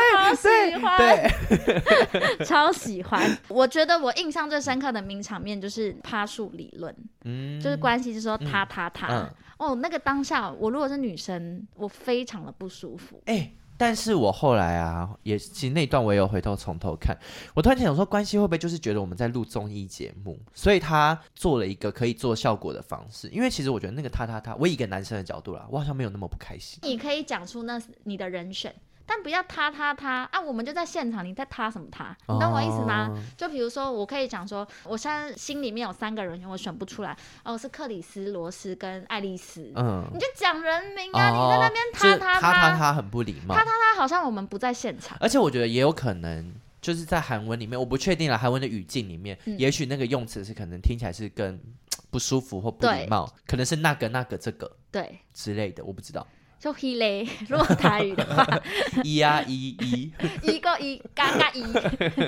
S2: 对，超喜欢，
S1: 哦对， (laughs)
S2: 超喜欢。 (laughs) 我觉得我印象最深刻的名场面就是趴树理论，
S1: 嗯，
S2: 就是关系，就是说他他他。
S1: 嗯
S2: 哦，那个当下，我如果是女生，我非常的不舒服。
S1: 哎、但是我后来啊，也其实那一段我也有回头从头看，我突然间想说，关系会不会就是觉得我们在录综艺节目，所以他做了一个可以做效果的方式？因为其实我觉得那个他他他，我以一个男生的角度啦，我好像没有那么不开心。
S2: 你可以讲出那是你的人选，但不要他他他啊！我们就在现场，你在他什么他？你懂我意思吗？
S1: 哦
S2: 就比如说，我可以讲说，我现在心里面有三个人选，我选不出来，哦，是克里斯、罗斯跟爱丽丝。
S1: 嗯，
S2: 你就讲人名啊！
S1: 哦
S2: 你在那边
S1: 就是
S2: 他他
S1: 他他
S2: 他
S1: 他很不礼貌
S2: 他。他，好像我们不在现场。
S1: 而且我觉得也有可能，就是在韩文里面，我不确定了，韩文的语境里面，
S2: 嗯
S1: 也许那个用词是可能听起来是更不舒服或不
S2: 对
S1: 礼貌，可能是那个那个这个
S2: 对，
S1: 之类的，我不知道。
S2: 就 he 嘞， (laughs) 如果台语的话，
S1: (laughs) 一呀一一， (laughs)
S2: 一个一，嘎嘎一， (laughs)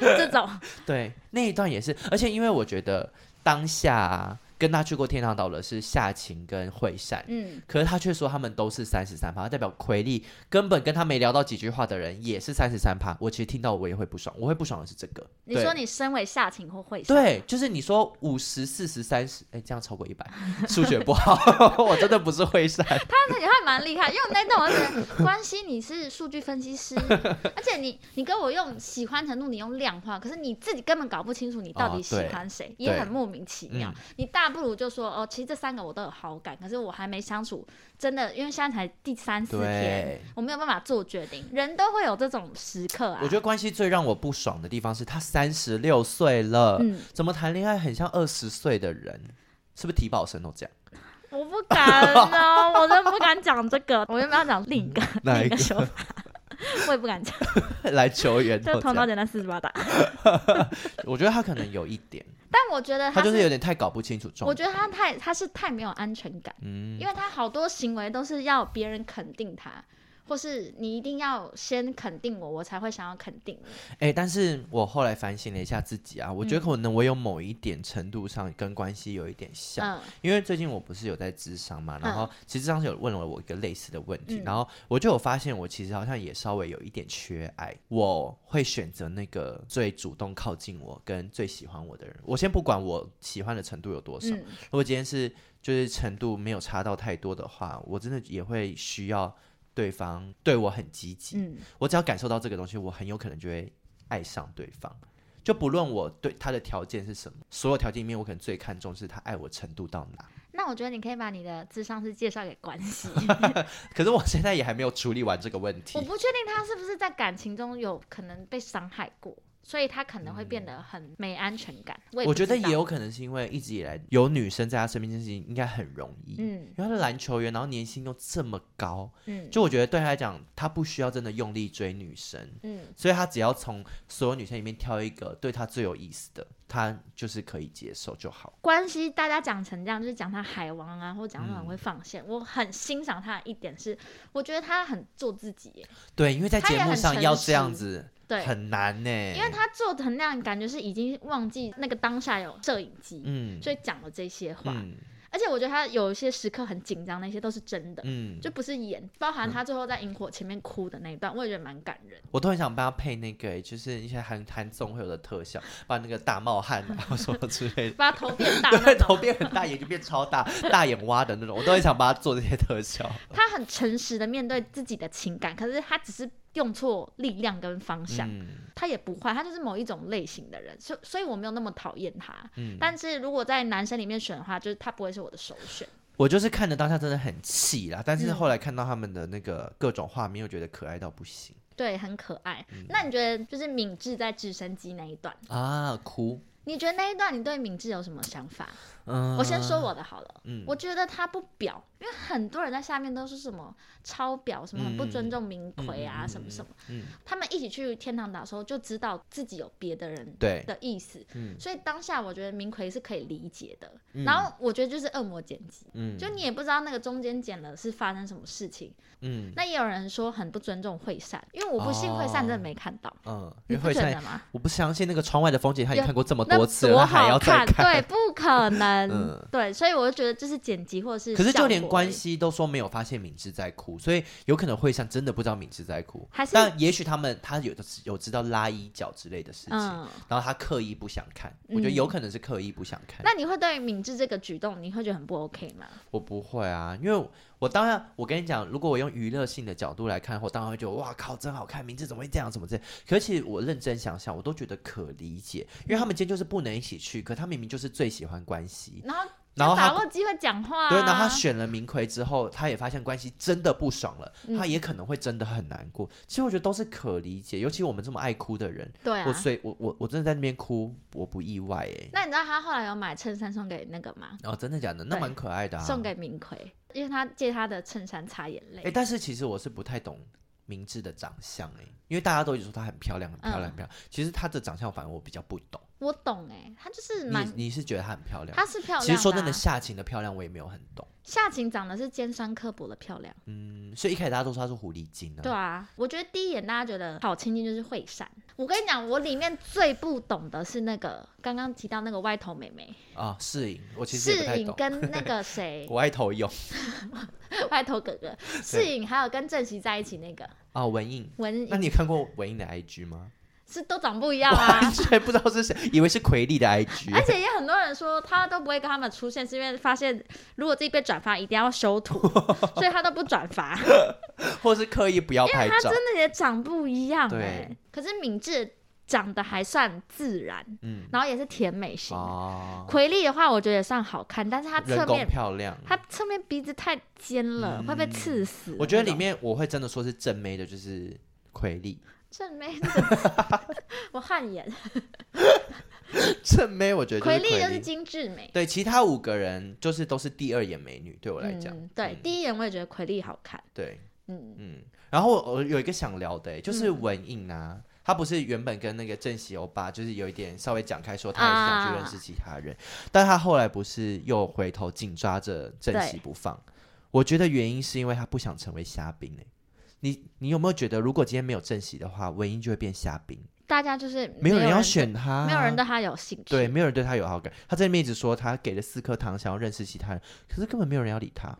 S2: 这种。
S1: 对，那一段也是，而且因为我觉得当下、啊、跟他去过天堂岛的是夏晴跟惠善。
S2: 嗯，
S1: 可是他却说他们都是三十三趴，代表奎利根本跟他没聊到几句话的人也是三十三趴。我其实听到我也会不爽，我会不爽的是这个。
S2: 你
S1: 对
S2: 说你身为下情或会上，
S1: 对，就是你说五十、四十、三十，哎，这样超过一百，数学不好， (laughs) 我真的不是会算。
S2: 他们也还蛮厉害，因为我那段我就觉得关系你是数据分
S1: (laughs)
S2: 析师，而且你你跟我用喜欢程度你用量化，可是你自己根本搞不清楚你到底
S1: 哦
S2: 喜
S1: 对
S2: 欢谁，也很莫名其妙。
S1: 嗯
S2: 你大不如就说哦，其实这三个我都有好感，可是我还没相处，真的因为现在才第三四天
S1: 对，
S2: 我没有办法做决定，人都会有这种时刻啊。
S1: 我觉得关系最让我不爽的地方是他三十六岁了，
S2: 嗯
S1: 怎么谈恋爱很像二十岁的人？是不是提保生都
S2: (laughs)
S1: 这样？
S2: 我不敢哦，
S1: 啊
S2: (laughs) 我真的不敢讲这个，我原本要
S1: 嗯
S2: 讲另一个 (laughs)
S1: 哪
S2: 另
S1: 一
S2: 一
S1: 个
S2: 个说法，我也不敢讲，
S1: (laughs) 来球员
S2: 就
S1: 都这
S2: 头脑
S1: 样。
S2: 简单四十八大。
S1: 我觉得他可能有一点，
S2: 但我觉得
S1: 他
S2: 他
S1: 就是有点太搞不清楚状
S2: 我
S1: 态。
S2: 觉得他太他是太没有安全感，
S1: 嗯，
S2: 因为他好多行为都是要别人肯定他，或是你一定要先肯定我，我才会想要肯定你。
S1: 哎、但是我后来反省了一下自己啊，我
S2: 嗯
S1: 觉得可能我有某一点程度上跟关系有一点像。
S2: 嗯
S1: 因为最近我不是有在智商嘛，然后其实智商是有问了我一个类似的问题，
S2: 嗯
S1: 然后我就有发现我其实好像也稍微有一点缺爱，我会选择那个最主动靠近我跟最喜欢我的人。我先不管我喜欢的程度有多少，
S2: 嗯，
S1: 如果今天是就是程度没有差到太多的话，我真的也会需要对方对我很积极。
S2: 嗯，
S1: 我只要感受到这个东西，我很有可能就会爱上对方。就不论我对他的条件是什么，所有条件里面，我可能最看重是他爱我程度到哪。
S2: 那我觉得你可以把你的智商是介绍给关
S1: (laughs)
S2: 系，
S1: 可是我现在也还没有处理完这个问
S2: 我
S1: 题。
S2: 不确定他是不是在感情中有可能被伤害过，所以他可能会变得很没安全感。我也
S1: 我
S2: 不
S1: 觉得
S2: 知道
S1: 也有，可能是因为一直以来有女生在他身边这件事情应该很容易，
S2: 嗯
S1: 因为他的篮球员，然后年薪又这么高，
S2: 嗯
S1: 就我觉得对他来讲，他不需要真的用力追女生，
S2: 嗯，
S1: 所以他只要从所有女生里面挑一个对他最有意思的，他就是可以接受就好。
S2: 关系大家讲成这样，就是讲他海王啊，或讲他
S1: 嗯
S2: 很会放线。我很欣赏他的一点是，我觉得他很做自己耶，
S1: 对，因为在
S2: 他也
S1: 节目
S2: 很
S1: 上
S2: 诚
S1: 要这样
S2: 实
S1: 子
S2: 对，
S1: 很欸难呢、
S2: 因为他做成那样，感觉是已经忘记那个当下有摄影机，
S1: 嗯
S2: 所以讲了这些话。
S1: 嗯
S2: 而且我觉得他有一些时刻很紧张，那些都是真的，
S1: 嗯，
S2: 就不是演。包含他最后在萤火前面哭的那一段，我也觉得蛮感人。
S1: 我都很想帮他配那个、欸就是一些韩韩综会有的特效，把那个大冒汗啊
S2: (laughs)
S1: 或什么之类的。
S2: 把他头变大那
S1: (laughs) 对，头
S2: 种，
S1: 变很大，眼睛变超大，大眼蛙的那种，我都很想帮他做这些特
S2: (laughs)
S1: 效。
S2: 他很诚实的面对自己的情感，可是他只是用错力量跟方向，
S1: 嗯
S2: 他也不坏，他就是某一种类型的人，所以所以我没有那么讨厌他。
S1: 嗯，
S2: 但是如果在男生里面选的话，就是他不会是我的首选。
S1: 我就是看着当下真的很气啦，但是
S2: 嗯
S1: 后来看到他们的那个各种画面，又觉得可爱到不行
S2: 对，很可爱。
S1: 嗯
S2: 那你觉得就是敏智在直升机那一段，
S1: 啊，哭。
S2: 你觉得那一段你对敏智有什么想法？
S1: 嗯，
S2: 我先说我的好了。
S1: 嗯
S2: 我觉得他不表，因为很多人在下面都是什么超表，什么很不尊重明奎
S1: 嗯嗯嗯嗯
S2: 啊，
S1: 嗯嗯
S2: 什么什么。
S1: 嗯
S2: 他们一起去天堂岛的时候，就知道自己有别的人
S1: 对
S2: 的意思，
S1: 嗯
S2: 所以当下我觉得明奎是可以理解的。
S1: 嗯
S2: 然后我觉得就是恶魔剪辑，
S1: 嗯
S2: 就你也不知道那个中间剪了是发生什么事情。
S1: 嗯
S2: 那也有人说很不尊重惠善，因为我不信惠善真的没看到，
S1: 嗯，
S2: 你
S1: 约
S2: 不
S1: 会
S2: 觉
S1: 现在
S2: 得吗？
S1: 我不相信那个窗外的风景，他已经
S2: 有
S1: 看过这么
S2: 那
S1: 多次了，
S2: 多
S1: 他还要
S2: 好
S1: 再
S2: 看，对，不可能。
S1: (laughs) 嗯
S2: 对，所以我就觉得这是剪辑或者是
S1: 可是
S2: 效
S1: 就连
S2: 果而
S1: 关
S2: 已
S1: 系都说没有发现敏智在哭，所以有可能会像真的不知道敏智在哭
S2: 还是，嗯
S1: 但也许他们他有的有知道拉衣角之类的事情，
S2: 嗯，
S1: 然后他刻意不想看，我觉得
S2: 嗯
S1: 有可能是刻意不想看。
S2: 那你会对于敏智这个举动，你会觉得很不 OK 吗？
S1: 我不会啊，因为我我当然，我跟你讲，如果我用娱乐性的角度来看，我当然会觉得哇靠，真好看，名字怎么会这样，怎么这样？可是其实我认真想想，我都觉得可理解，因为他们今天就是不能一起去，可他明明就是最喜欢关西，
S2: 然后
S1: 然
S2: 就
S1: 后
S2: 把
S1: 他。
S2: 握机会讲话、啊，
S1: 对，然后他选了明奎之后，他也发现关系真的不爽了，他
S2: 嗯
S1: 也可能会真的很难过。其实我觉得都是可理解，尤其我们这么爱哭的人，
S2: 对啊
S1: 我。所以，我我我真的在那边哭，我不意外哎。
S2: 那你知道他后来有买衬衫送给那个吗？
S1: 哦，真的假的？那
S2: 对
S1: 蛮可爱的啊。
S2: 送给明奎，因为他借他的衬衫擦眼泪。
S1: 哎、但是其实我是不太懂明智的长相哎、因为大家都一直说她很漂亮，很漂亮，
S2: 嗯
S1: 很漂亮。其实她的长相反而我比较不懂。
S2: 我懂哎、他就是蛮
S1: 你，你是觉得她很漂亮？
S2: 他是漂亮、啊。
S1: 其实说真的，夏晴的漂亮我也没有很懂。
S2: 夏晴长得是尖酸刻薄的漂亮。
S1: 嗯，所以一开始大家都说她是狐狸精啊。
S2: 对啊，我觉得第一眼大家觉得好亲近就是惠善。我跟你讲，我里面最不懂的是那个刚刚提到那个歪头妹妹，
S1: 啊，世颖，我其实也不
S2: 世
S1: 太
S2: 颖
S1: 懂。
S2: 跟那
S1: (laughs)
S2: 个谁
S1: 我爱头泳
S2: 歪头哥哥，世颖还有跟郑熙在一起那个
S1: 啊，文印。
S2: 文
S1: 那
S2: 颖
S1: 你有看过文印的 IG 吗？
S2: 是都长不一样
S1: (laughs)
S2: 啊。
S1: 完全不知道是谁，以为是奎丽的 IG。
S2: 而且也很多人说他都不会跟他们出现，是因为发现如果自己被转发，一定要修
S1: (laughs)
S2: 图，所以他都不转发。
S1: 或是刻意不要拍
S2: 他
S1: 照
S2: 真。的也长不一样哎、
S1: 对
S2: 可是敏智长得还算自然，
S1: 嗯，
S2: 然后也是甜美型。
S1: 哦，
S2: 奎丽的话，我觉得也算好看，但是她侧
S1: 人工
S2: 面
S1: 漂亮。
S2: 她侧面鼻子太尖了，会被刺死。
S1: 我觉得里面我会真的说是正妹的，就是奎
S2: (laughs)
S1: 丽。
S2: 正妹那个， (laughs) 我汗颜。
S1: 正妹，我
S2: (laughs)
S1: 觉得
S2: 奎
S1: 就是
S2: 丽
S1: 奎
S2: 就是
S1: 丽。
S2: 精致美。
S1: 对，其他五个人就是都是第二眼美女，对我来讲，
S2: 嗯，对，
S1: 嗯
S2: 第一眼我也觉得奎丽好看。
S1: 对，
S2: 嗯，
S1: 嗯。然后我我有一个想聊的、欸就是文印啊，她不是原本跟那个郑熙欧巴，就是有一点稍微讲开说，她也是想去
S2: 啊
S1: 认识其他人，但她后来不是又回头紧抓着郑熙
S2: 对
S1: 不放。我觉得原因是因为她不想成为虾兵哎、你你有没有觉得，如果今天没有郑熙的话，文印就会变虾兵，
S2: 大家就是
S1: 没有人要
S2: 对，
S1: 选她啊、
S2: 没有人对她有兴趣。
S1: 对，没有人对他有好感。他在那边一直说他给了四颗糖，想要认识其他人，可是根本没有人要理他。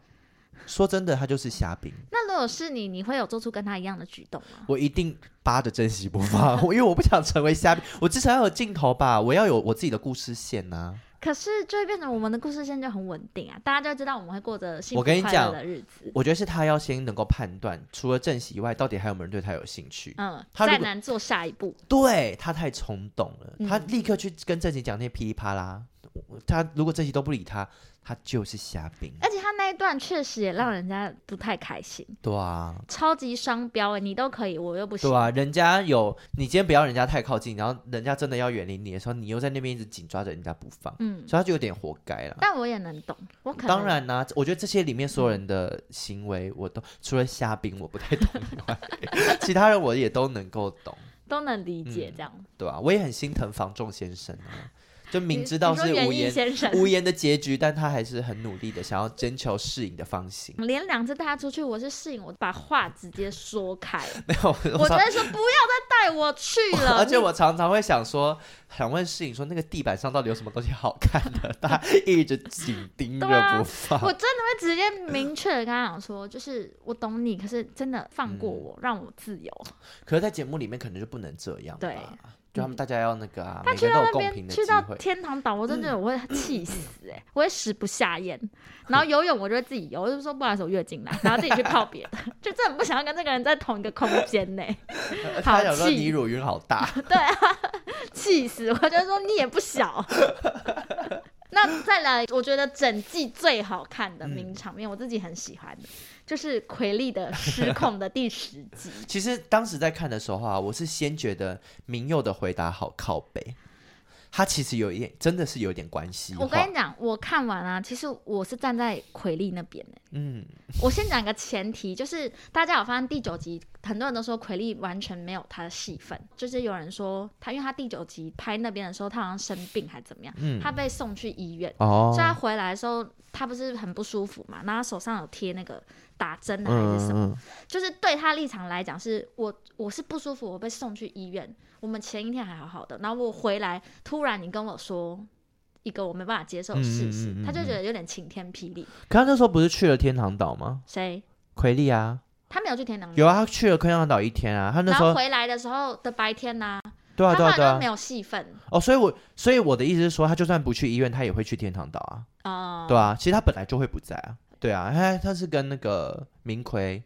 S1: 说真的，他就是虾兵，
S2: 那如果是你，你会有做出跟他一样的举动吗？
S1: 我一定扒着珍惜不放，我因为我不想成为虾兵，我至少要有镜头吧，我要有我自己的故事线啊呐、
S2: 可是就会变成我们的故事线就很稳定啊，大家就知道我们会过着幸
S1: 我
S2: 福
S1: 跟你
S2: 快
S1: 讲
S2: 乐的日子。
S1: 我觉得是他要先能够判断，除了郑喜以外，到底还有没有人对他有兴趣。
S2: 嗯，
S1: 他如
S2: 再
S1: 果
S2: 难做下一步。
S1: 对他太冲动了，他
S2: 嗯
S1: 立刻去跟郑喜讲那些噼里啪啦。我他如果郑喜都不理他，他就是虾兵。
S2: 而且他那一段确实也让人家不太开心，
S1: 对啊，
S2: 超级双标、欸，你都可以，我又不行。
S1: 对啊，人家有你今天不要人家太靠近，然后人家真的要远离你的时候，你又在那边一直紧抓着人家不放，
S2: 嗯，
S1: 所以他就有点活该了。
S2: 但我也能懂，我可能嗯
S1: 当然啦、我觉得这些里面所有人的行为，我都除了虾兵我不太懂以外， (laughs) 其他人我也都能够懂，
S2: 都能理解
S1: 嗯
S2: 这样。
S1: 对啊，我也很心疼房仲先生啊，就明知道
S2: 你说
S1: 是
S2: 园
S1: 无
S2: 艺
S1: 言
S2: 先生，
S1: 无言的结局，但他还是很努力的想要征求适应的方形。
S2: 连两次带他出去，我是适应，我把话直接说开，
S1: (laughs) 没有，
S2: 我
S1: (laughs) 我
S2: 直接说不要再带我去了。
S1: (laughs) 而且我常常会想说，想问摄影说那个地板上到底有什么东西好看的？ (laughs) 他一直紧盯着
S2: 对啊
S1: 不放。
S2: (laughs) 我真的会直接明确的跟他讲说，就是我懂你，可是真的放过
S1: 嗯
S2: 我，让我自由。
S1: 可是，在节目里面可能就不能这样吧。
S2: 对嗯
S1: 就他们大家要那个啊，
S2: 他
S1: 每个
S2: 去
S1: 人
S2: 到
S1: 都有
S2: 那
S1: 公平
S2: 边，
S1: 的
S2: 去
S1: 机
S2: 到
S1: 会。嗯
S2: 天堂岛，我真的我会气死哎、我会食不
S1: (laughs)
S2: 下咽，然后游泳我就会自己游，我就说不好意思我月经来，然后自己去泡别的， (laughs) 就真的不想要跟这个人在同一个空间呢、
S1: 而且
S2: 好
S1: 他想说
S2: 气
S1: 你乳晕好大，
S2: (laughs)
S1: (laughs)
S2: 气死！我就说你也不小。 (laughs) 那再来，我觉得整季最好看的
S1: 嗯
S2: 名场面，我自己很喜欢的，就是奎丽的失控的第十集。
S1: 其实当时在看的时候啊，我是先觉得明佑的回答好靠北，他其实有一点真的是有一点关系。
S2: 我跟你讲，我看完啊，其实我是站在奎丽那边的、
S1: 嗯，
S2: 我先讲一个前提，就是大家有发现第九集，很多人都说奎丽完全没有她的戏份，就是有人说她，因为她第九集拍那边的时候，她好像生病还怎么样，
S1: 嗯
S2: 她被送去医院，
S1: 哦
S2: 所以她回来的时候，她不是很不舒服嘛，然后她手上有贴那个打针的还是什么，
S1: 嗯嗯
S2: 就是对她立场来讲，是我我是不舒服，我被送去医院，我们前一天还好好的，然后我回来，突然你跟我说。一个我没办法接受的事实，
S1: 嗯嗯嗯嗯
S2: 他就觉得有点晴天霹雳。
S1: 可他那时候不是去了天堂岛吗？
S2: 谁？
S1: 奎利啊，
S2: 他没有去天堂岛，
S1: 有啊，他去了天堂岛一天啊。他那
S2: 嗯然
S1: 时
S2: 后
S1: 候
S2: 回来的时候的白天呐、
S1: 对啊
S2: 他
S1: 对啊
S2: 后
S1: 对
S2: 来就
S1: 啊
S2: 没，有戏份
S1: 哦，所以我所以我的意思是说，他就算不去医院，他也会去天堂岛啊。
S2: 啊。
S1: 对啊，其实他本来就会不在啊。对啊，他他是跟那个明奎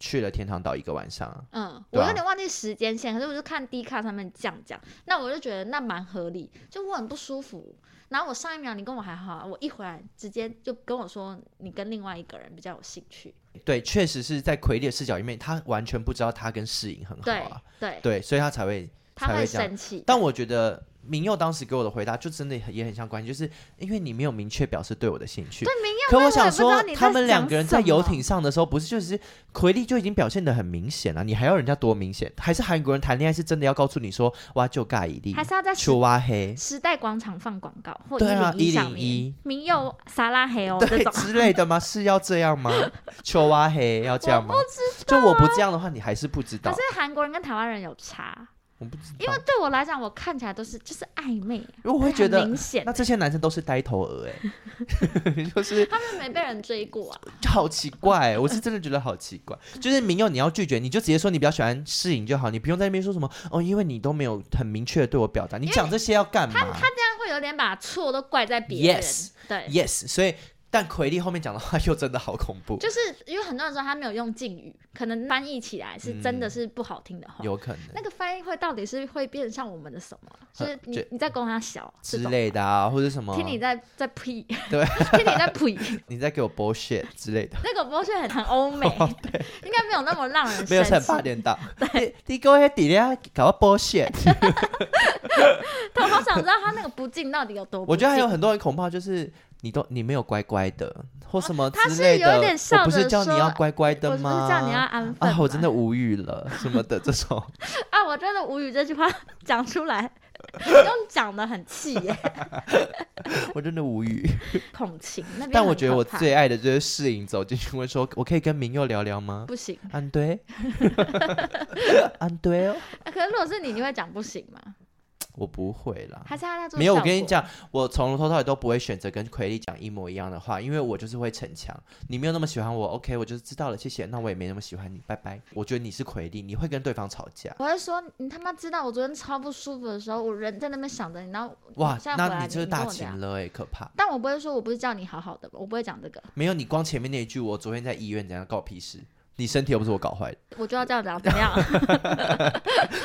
S1: 去了天堂岛一个晚上啊。
S2: 嗯，
S1: 对
S2: 我
S1: 啊
S2: 有点忘记时间线，可是我就看 D 卡上面这样讲，那我就觉得那蛮合理，就我很不舒服。然后我上一秒你跟我还好啊，我一回来直接就跟我说你跟另外一个人比较有兴趣，
S1: 对，确实是在奎利的视角里面，他完全不知道他跟世颖很好
S2: 对
S1: 啊。
S2: 对，
S1: 对，所以他才会。
S2: 他
S1: 才
S2: 会
S1: 会这样
S2: 生气。
S1: 但我觉得明佑当时给我的回答，就真的很也很像关系，就是因为你没有明确表示对我的兴趣。
S2: 对明佑，
S1: 可
S2: 我也
S1: 我
S2: 不
S1: 想
S2: 知道
S1: 说
S2: 你，在
S1: 他们两
S2: 讲
S1: 个人在
S2: 什
S1: 游
S2: 么
S1: 艇上的时候，不是就是奎利就已经表现的很明显了，你还要人家多明显？还是韩国人谈恋爱是真的要告诉你说哇就尬一粒，
S2: 还是要在时
S1: 秋蛙黑
S2: 时代广场放广告，或
S1: 对啊
S2: 一零一上
S1: 101
S2: 面，明佑撒拉黑哦这
S1: 对
S2: 种，
S1: 之类的吗？是要这样吗？秋蛙黑要 (laughs) 这样吗？就我不这样的话，你还是不知
S2: 可
S1: 道。
S2: 是韩国人跟台湾人有差，
S1: 我不知道，
S2: 因为对我来讲，我看起来都是就是暧昧啊，
S1: 因为我会
S2: 很
S1: 觉得
S2: 明显
S1: 那，这些男生都是呆头鹅哎、
S2: (laughs)
S1: 就是
S2: 他们没被人追
S1: (laughs)
S2: 过啊。
S1: 就好奇怪、我是真的觉得好奇
S2: (laughs)
S1: 怪。就是明佑，你要拒绝，你就直接说你比较喜欢适应就好，你不用在那边说什么哦，因为你都没有很明确的对我表达，你讲这些要干嘛
S2: 这样会有点把错都怪在别人
S1: Yes
S2: 对，
S1: ？Yes，所以但奎利后面讲的话又真的好恐怖，
S2: 就是因为很多人说他没有用敬语，可能翻译起来是
S1: 嗯
S2: 真的是不好听的话。
S1: 有可能
S2: 那个翻译会到底是会变像我们的什么？就是你
S1: 呃就
S2: 你在跟他小
S1: 之
S2: 这种
S1: 类的啊，或者什么
S2: 听你在在呸，
S1: 对
S2: (laughs) 听你在呸，
S1: 你在给我 bullshit 之
S2: (laughs)
S1: 类的。
S2: 那个剥削很很欧
S1: (laughs)
S2: 美，应该没有那么让人
S1: 哦没有是
S2: 生
S1: 很八
S2: 气。
S1: 点
S2: (laughs)
S1: 档，你你给我在底下搞到 bullshit。
S2: 但我好想知道他那个不敬到底有多不
S1: 我
S2: 敬。
S1: 觉得还有很多人恐怕就是你都你没有乖乖的或什么
S2: 他
S1: 之
S2: 是
S1: 类
S2: 有
S1: 的，
S2: 点笑
S1: 我不是
S2: 着
S1: 叫你
S2: 说
S1: 要乖乖
S2: 我
S1: 的
S2: 不
S1: 吗？
S2: 是叫你要安分
S1: 啊，我
S2: 吗
S1: 真的无语了什么的这种，
S2: 啊，我真的无语这句话讲出来，用讲的很气
S1: (laughs)
S2: 耶，
S1: 我真的无语。
S2: 捧情那边。
S1: 但我觉得我最爱的就是适应走进去问说，我可以跟明佑聊聊吗？
S2: 不行、
S1: 安对， (laughs) 安对哦，
S2: 啊可是如果是你，你会讲不行吗？
S1: 我不会啦。
S2: 还是他在做？
S1: 没有，我跟你，讲，我从头到尾都不会选择跟奎利讲一模一样的话，因为我就是会逞强。你没有那么喜欢我，OK，我就是知道了，谢谢。那我也没那么喜欢你，拜拜。我觉得你是奎利，你会跟对方吵架。
S2: 我会说你他妈知道我昨天超不舒服的时候，我人在那边想着你，然后
S1: 哇
S2: 你现在，回
S1: 那
S2: 来
S1: 你
S2: 你
S1: 就是
S2: 跟
S1: 大
S2: 我讲
S1: 情了哎、可怕。
S2: 但我不会说我不是叫你好好的，我不会讲这个，
S1: 没有，你光前面那一句，我昨天在医院怎样，告屁事。你身体又不是我搞坏的，
S2: 我就要这样讲，怎么样？ (laughs)
S1: (laughs)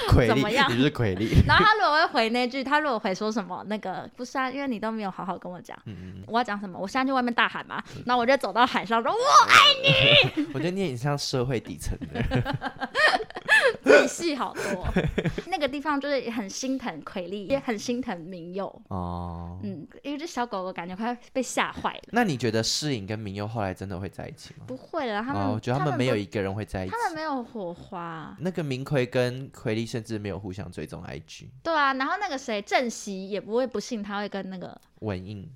S1: 奎
S2: 怎
S1: 利，
S2: 么样
S1: 你就是奎利。
S2: 然后他如果会回那句，他如果回说什么那个不是啊，因为你都没有好好跟我讲，
S1: 嗯，
S2: 我要讲什么？我现在去外面大喊嘛，然后我就走到海上说，哇，
S1: (laughs) 我觉得你很像社会底层的人。
S2: 自己戏好多。 (laughs) 那个地方就是很心疼奎利，也很心疼明佑，
S1: 哦，
S2: 嗯，因为这小狗狗感觉快被吓坏了。
S1: 那你觉得诗颖跟明佑后来真的会在一起吗？
S2: 不会了，他们、
S1: 哦，我觉得他们没有一个人会在一
S2: 不，
S1: 起。
S2: 他们没有火花。
S1: 那个明奎跟奎利甚至没有互相追踪 IG，
S2: 对啊，然后那个谁郑熙也不会不信，他会跟那个
S1: 文印、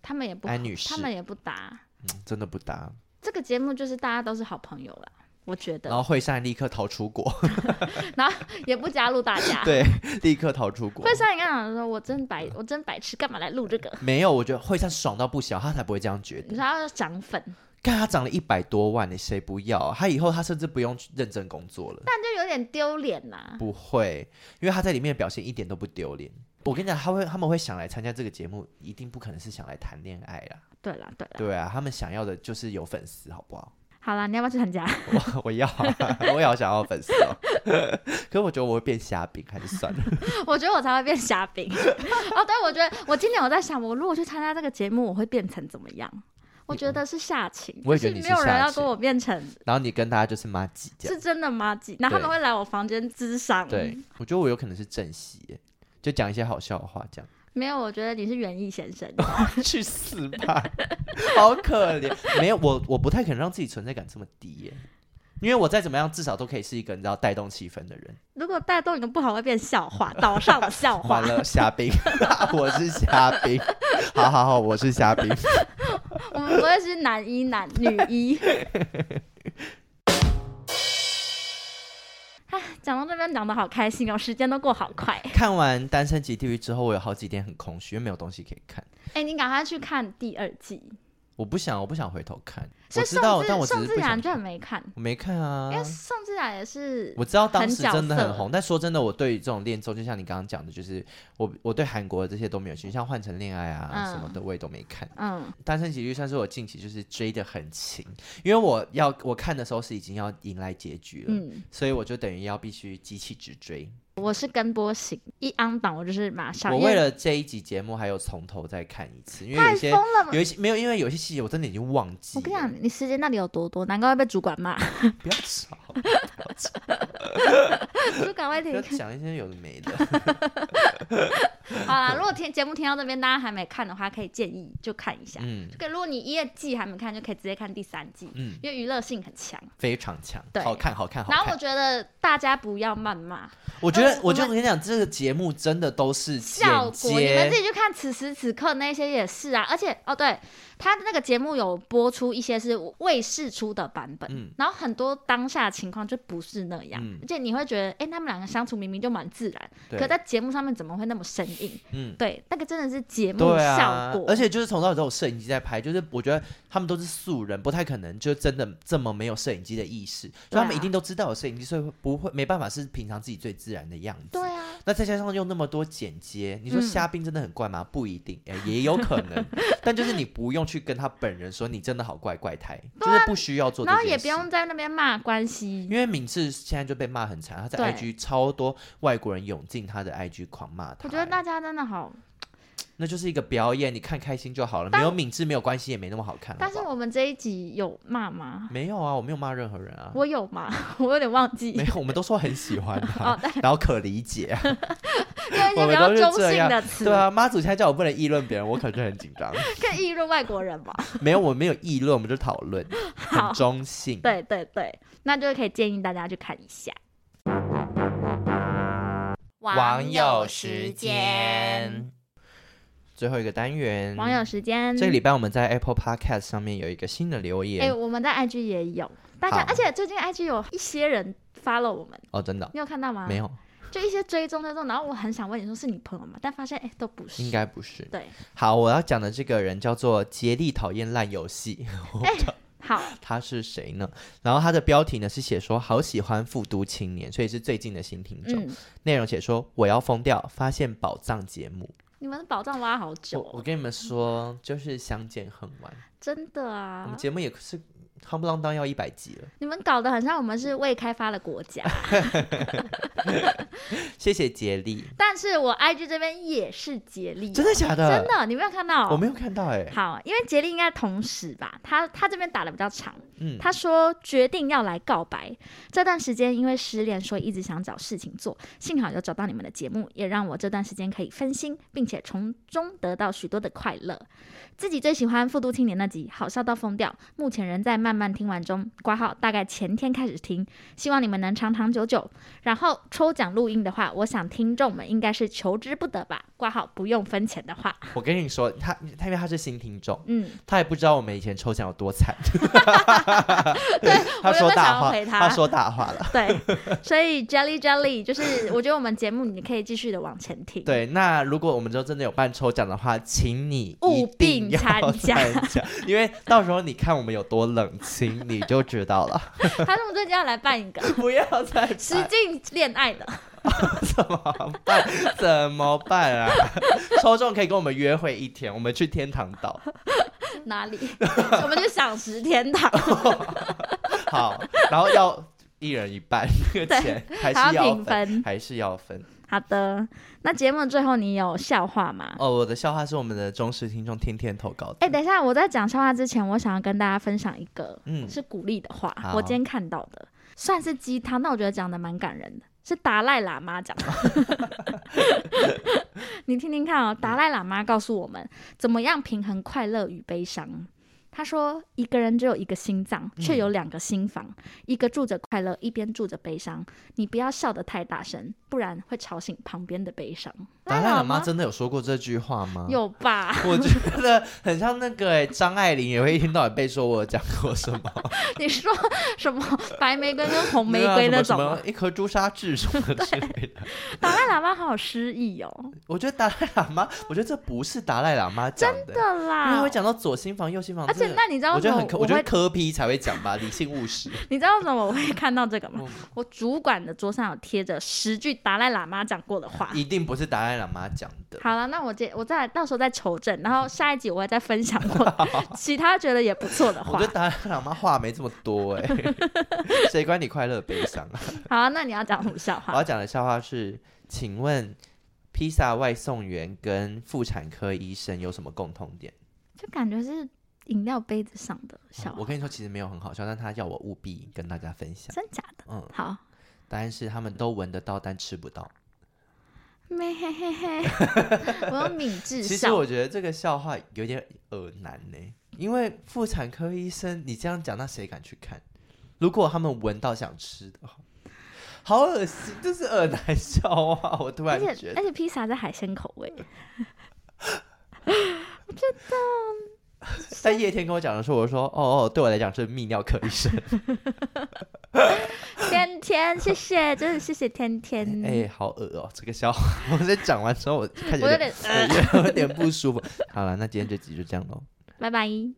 S2: 他们也不
S1: 安女士
S2: 他们也不搭。
S1: 嗯真的不搭，
S2: 这个节目就是大家都是好朋友啦，我觉
S1: 然
S2: 得，
S1: 后惠善立刻逃出国， (laughs)
S2: 然后也不加入大家。
S1: 对，立刻逃出国
S2: 会。上你刚讲说，我真白，我真白痴，干嘛来录这个？
S1: 没有，我觉得惠善爽到不小，他才不会这样觉得。
S2: 你说他要涨粉，
S1: 看他涨了一百多万呢，谁不要啊、他以后他甚至不用认真工作了，
S2: 但就有点丢脸呐。
S1: 不会，因为他在里面的表现一点都不丢脸。我跟你讲，他会他们会想来参加这个节目，一定不可能是想来谈恋爱啦。
S2: 对啦，对啦，
S1: 对啊，他们想要的就是有粉丝，好不好？ (laughs)
S2: 好啦，你要不要去参加？ (laughs)
S1: 我我要啊、 (laughs) 我也好想要粉丝哦。 (laughs) 可是我觉得我会变虾饼，还是算了。
S2: 我觉得我才会变虾饼。 (laughs) 哦，对，我觉得我今天我在想，我如果去参加这个节目，我会变成怎么样？我觉得是下情，
S1: 我也
S2: 就
S1: 觉得你
S2: 没
S1: 是
S2: 有人
S1: 下
S2: 要
S1: 情
S2: 跟我变成
S1: 然后你跟大家就是妈鸡这样。
S2: 是真的吗？然后他们
S1: 对
S2: 会来我房间咨商。
S1: 对，，我觉得我有可能是正戏耶，就讲一些好笑的话，这样 (laughs)
S2: 没有，我觉得你是园艺先生。 (laughs)
S1: 去死吧， (laughs) 好可怜。没有我，我不太可能让自己存在感这么低耶，因为我再怎么样，至少都可以是一个你知道带动气氛的人。
S2: 如果带动你的不好，会变笑
S1: (laughs)
S2: 话，岛上的笑话
S1: 完。了，虾兵， (laughs) 我是虾兵，好好好，我是虾兵。
S2: 我们不会是男一男
S1: (laughs)
S2: 女一。唉讲到这边讲的好开心哦，时间都过好快。
S1: (laughs) 看完《单身级地狱》之后，我有好几天很空虚，因为没有东西可以看。
S2: 哎，你赶快去看第二季。
S1: 我不想，我不想回头看。
S2: 所
S1: 我
S2: 以
S1: 知道，
S2: 宋
S1: 但我
S2: 智
S1: 只
S2: 宋
S1: 是
S2: 智
S1: 不
S2: 雅
S1: 想
S2: 你。居然没看，
S1: 我没看啊
S2: 因，为宋智雅也是
S1: 我知道当
S2: 很
S1: 时
S2: 角
S1: 真的
S2: 色
S1: 很红，但说真的，我对于这种恋综，就像你刚刚讲的，就是我我对韩国的这些都没有兴趣，像《换成恋爱啊》什么
S2: 嗯
S1: 的，我也都没看。
S2: 嗯
S1: 单身喜剧算是我近期就是追的很勤，因为我要我看的时候是已经要迎来结局了，
S2: 嗯，
S1: 所以我就等于要必须机器直追。
S2: 我是跟播型，一安档我就是马上。
S1: 我
S2: 因为
S1: 为了这一集节目，还有从头再看一次，因为有
S2: 太
S1: 一些
S2: 疯了吧！
S1: 有一些没有，因为有一些细节我真的已经忘记
S2: 我
S1: 了。
S2: 跟你讲，你时间到底有多多，难怪会被主管骂， (laughs)
S1: 不要吵，
S2: 主管会
S1: 不要
S2: 听。
S1: 讲一些有的没的。
S2: 好啦，如果听节目听到这边，大家还没看的话，可以建议就看一下。
S1: 嗯
S2: 就可以如果你一二季还没看，就可以直接看第三季，
S1: 嗯，
S2: 因为娱乐性很强。
S1: 非常强，
S2: 对
S1: 好看，好看，好
S2: 然后我
S1: 看。
S2: 觉得大家不要谩骂，
S1: 我觉得
S2: 呃，
S1: 我就
S2: 我
S1: 跟你讲，这个节目真的都是剪
S2: 效果你们自
S1: 接。
S2: 己去看，此时此刻那些也是啊。而且哦，对，他那个节目有播出一些是未试出的版本，
S1: 嗯
S2: 然后很多当下情况就不是那样，
S1: 嗯
S2: 而且你会觉得，哎、他们两个相处明明就蛮自然，可
S1: 对，
S2: 在节目上面怎么会那么生硬？
S1: 嗯，
S2: 对，那个真的是节目
S1: 对
S2: 效
S1: 啊
S2: 果，，
S1: 而且就是从头到尾都有摄影机在拍，就是我觉得他们都是素人，不太可能就真的这么没有摄影机的意识，所以他们
S2: 对啊
S1: 一定都知道有摄影机，所以不会没办法是平常自己最自然的样子。
S2: 对啊，
S1: 那再加上用那么多剪接，你说
S2: 嗯
S1: 虾兵真的很怪吗？不一定，哎、也有可
S2: (laughs)
S1: 能。但就是你不用去跟他本人说你真的好怪怪胎，就是不需要做这
S2: 啊然
S1: 件
S2: 后
S1: 事。
S2: 也不用在那边骂关系，
S1: 因为敏智现在就被骂很惨，他在
S2: 对
S1: IG 超多外国人涌进他的 IG 狂骂他。
S2: 我觉得
S1: 哎
S2: 大家真的好，
S1: 那就是一个表演，你看开心就好了。没有敏智没有关系，也没那么好看。
S2: 但是
S1: 好不好
S2: 我们这一集有骂吗？
S1: 没有啊，我没有骂任何人啊，
S2: 我有骂， (laughs) 我有点忘记， (laughs)
S1: 没有，我们都说很喜欢他
S2: 哦，
S1: 然后可理解啊。
S2: 用一些
S1: 我
S2: 比
S1: 们
S2: 较
S1: 都是
S2: 中
S1: 这
S2: 性
S1: 样
S2: 的词，
S1: 对啊，妈祖现在叫我不能议论别人，我可是很紧张。
S2: 可以议论外国人
S1: (laughs)
S2: 吧？ (laughs)
S1: 没有，我们没有议论，我们就讨论，
S2: 好
S1: 很中性。
S2: 对对对，那就可以建议大家去看一下。
S1: 网友时间，最后一个单元，
S2: 网友时间，
S1: 这个礼拜我们在 Apple Podcast 上面有一个新的留
S2: 哎、
S1: 言
S2: 我们在 IG 也有，大家，
S1: 好
S2: 而且最近 IG 有一些人 follow 我们，
S1: 哦，真的
S2: 你有看到吗？
S1: 没，有，
S2: 就一些追踪追踪，然后我很想问你说是你朋友吗？但发现哎、都不是，
S1: 应该不是。
S2: 对，
S1: 好，我要讲的这个人叫做竭力讨厌烂游戏， (laughs)
S2: 好，
S1: 他是谁呢？然后他的标题呢是写说好喜欢复读青年，所以是最近的新听众。
S2: 嗯，
S1: 内容写说我要疯掉，发现宝藏节目。
S2: 你们的宝藏挖好久
S1: 我
S2: 哦、
S1: 我跟你们说，就是相见恨晚。
S2: 真的
S1: 我
S2: 啊
S1: 们，节目也是夯不啷当要一百集了。
S2: 你们搞得很像我们是未开发的
S1: (laughs)
S2: 国家。
S1: 谢谢杰力，
S2: 但是我 IG 这边也是竭力哦、
S1: 真的假的？
S2: 真，的，你没有看到哦、
S1: 我没有看到哎、
S2: 好，因为杰力应该同时吧，他他这边打的比较长，
S1: 嗯，
S2: 他说决定要来告白。这段时间因为失恋，所以一直想找事情做，幸好有找到你们的节目，也让我这段时间可以分心，并且从中得到许多的快乐。自己最喜欢《复读青年》那集，好笑到疯掉，目前仍在慢慢听完中，挂号大概前天开始听，希望你们能长长久久。然后抽奖录音的话，我想听众们应该是求之不得吧，挂号不用分钱的话，
S1: 我跟你说，他他因为他是新听众，
S2: 嗯。
S1: 他也不知道我们以前抽奖有多惨。 (laughs) 他
S2: 我原
S1: 说
S2: 本想
S1: 大
S2: 要
S1: 话，
S2: 回他
S1: 说大话了。
S2: 对，所以 Jelly Jelly 就是，我觉得我们节目你可以继续的往前听。，
S1: 对，那如果我们之后真的有办抽奖的话，请你
S2: 务
S1: 一定
S2: 必
S1: 要
S2: 参加
S1: 加因为到时候你看我们有多冷清，你就知道了。 (laughs)
S2: 他说我们最近要来办一个
S1: 不要再
S2: 实
S1: 办
S2: 境恋爱的，
S1: 怎么办？怎么办啊？抽中可以跟我们约会一天，我们去天堂岛。
S2: 哪里？ (laughs) 我们去赏识天堂，
S1: (laughs) 好，然后要一人一半那个
S2: 对
S1: 钱，还
S2: 还
S1: 是
S2: 要
S1: 要
S2: 平分。
S1: 还是要分。
S2: 好的，那节目最后你有笑话吗？
S1: 哦，我的笑话是我们的忠实听众天天投稿的。
S2: 哎、等一下，我在讲笑话之前，我想要跟大家分享一个
S1: 嗯
S2: 是鼓励的话，
S1: 好
S2: 我今天看到的，算是鸡汤，但我觉得讲的蛮感人的，是达赖喇嘛讲的。 (laughs) 你听听看哦，达赖喇嘛告诉我们怎么样平衡快乐与悲伤。他说，一个人只有一个心脏，
S1: 嗯
S2: 却有两个心房，一个住着快乐，一边住着悲伤。你不要笑得太大声，不然会吵醒旁边的悲伤。
S1: 达赖喇嘛
S2: 吗
S1: 真的有说过这句话吗？
S2: 有吧？
S1: (laughs) 我觉得很像那个哎，张爱玲也会一天到晚被说我有讲过什
S2: (laughs)
S1: 么
S2: 你说什么白玫瑰跟红玫瑰那
S1: 那
S2: 种
S1: 啊
S2: 啊
S1: 什么
S2: 吗？
S1: 什么一颗朱砂痣什么
S2: (laughs)
S1: 之类的。
S2: 达赖喇嘛好失意哦，
S1: 我觉得达赖喇嘛，我觉得这不是达赖喇嘛讲的，
S2: 的
S1: 因为
S2: 啦
S1: 会。讲到左心房、右心房，
S2: 而且
S1: 这个
S2: 那你知道
S1: 我
S2: 为
S1: 觉
S2: 什
S1: 得
S2: 么
S1: 很
S2: 我
S1: 科，
S2: 会
S1: 我觉得科批才会讲吧，理性务
S2: (laughs)
S1: 实。
S2: 你知道为什么我会看到这个吗
S1: 嗯？
S2: 我主管的桌上有贴着十句达赖喇嘛讲过的话。
S1: 一定不是达赖喇嘛讲的。
S2: 好了，那我接我再来到时候再求证，然后下一集我会再分享我
S1: (laughs)
S2: 其他觉得也不错的
S1: 我
S2: 话
S1: 觉得。达赖喇嘛话没这么多
S2: (laughs)
S1: 哎、谁管你快乐悲伤啊？
S2: 好啊，那你要讲什么笑
S1: 我
S2: 话？
S1: 要讲的笑话是，请问披萨外送员跟妇产科医生有什么共同点？
S2: 就感觉是饮料杯子上的笑啊
S1: 嗯我
S2: 话，
S1: 跟你说，其实没有很好笑，但他要我务必跟大家分享。
S2: 真假的？
S1: 嗯，
S2: 好，
S1: 答案是他们都闻得到，但吃不到。
S2: 咩嘿嘿嘿，
S1: (laughs)
S2: 我用敏智
S1: 其实
S2: 嗯笑
S1: 我。觉得这个笑话有点耳难呢、因为妇产科医生你这样讲，那谁敢去看？如果他们闻到想吃的话，好恶心，这是耳难笑话。我突
S2: 而
S1: 然
S2: 且
S1: 觉得，
S2: 而且披萨是海鲜口味，
S1: (laughs) 但叶天跟我讲的时候，我说哦哦，对我来讲是泌尿科医 (laughs) 生。
S2: 天天谢谢，真的谢谢天天。
S1: 哎、好恶哦、这个笑话。 (laughs) 我在讲完之后，我开始
S2: 我有点，
S1: 有点呃有点不舒服。好了，那今天这集就这样喽。
S2: 拜拜。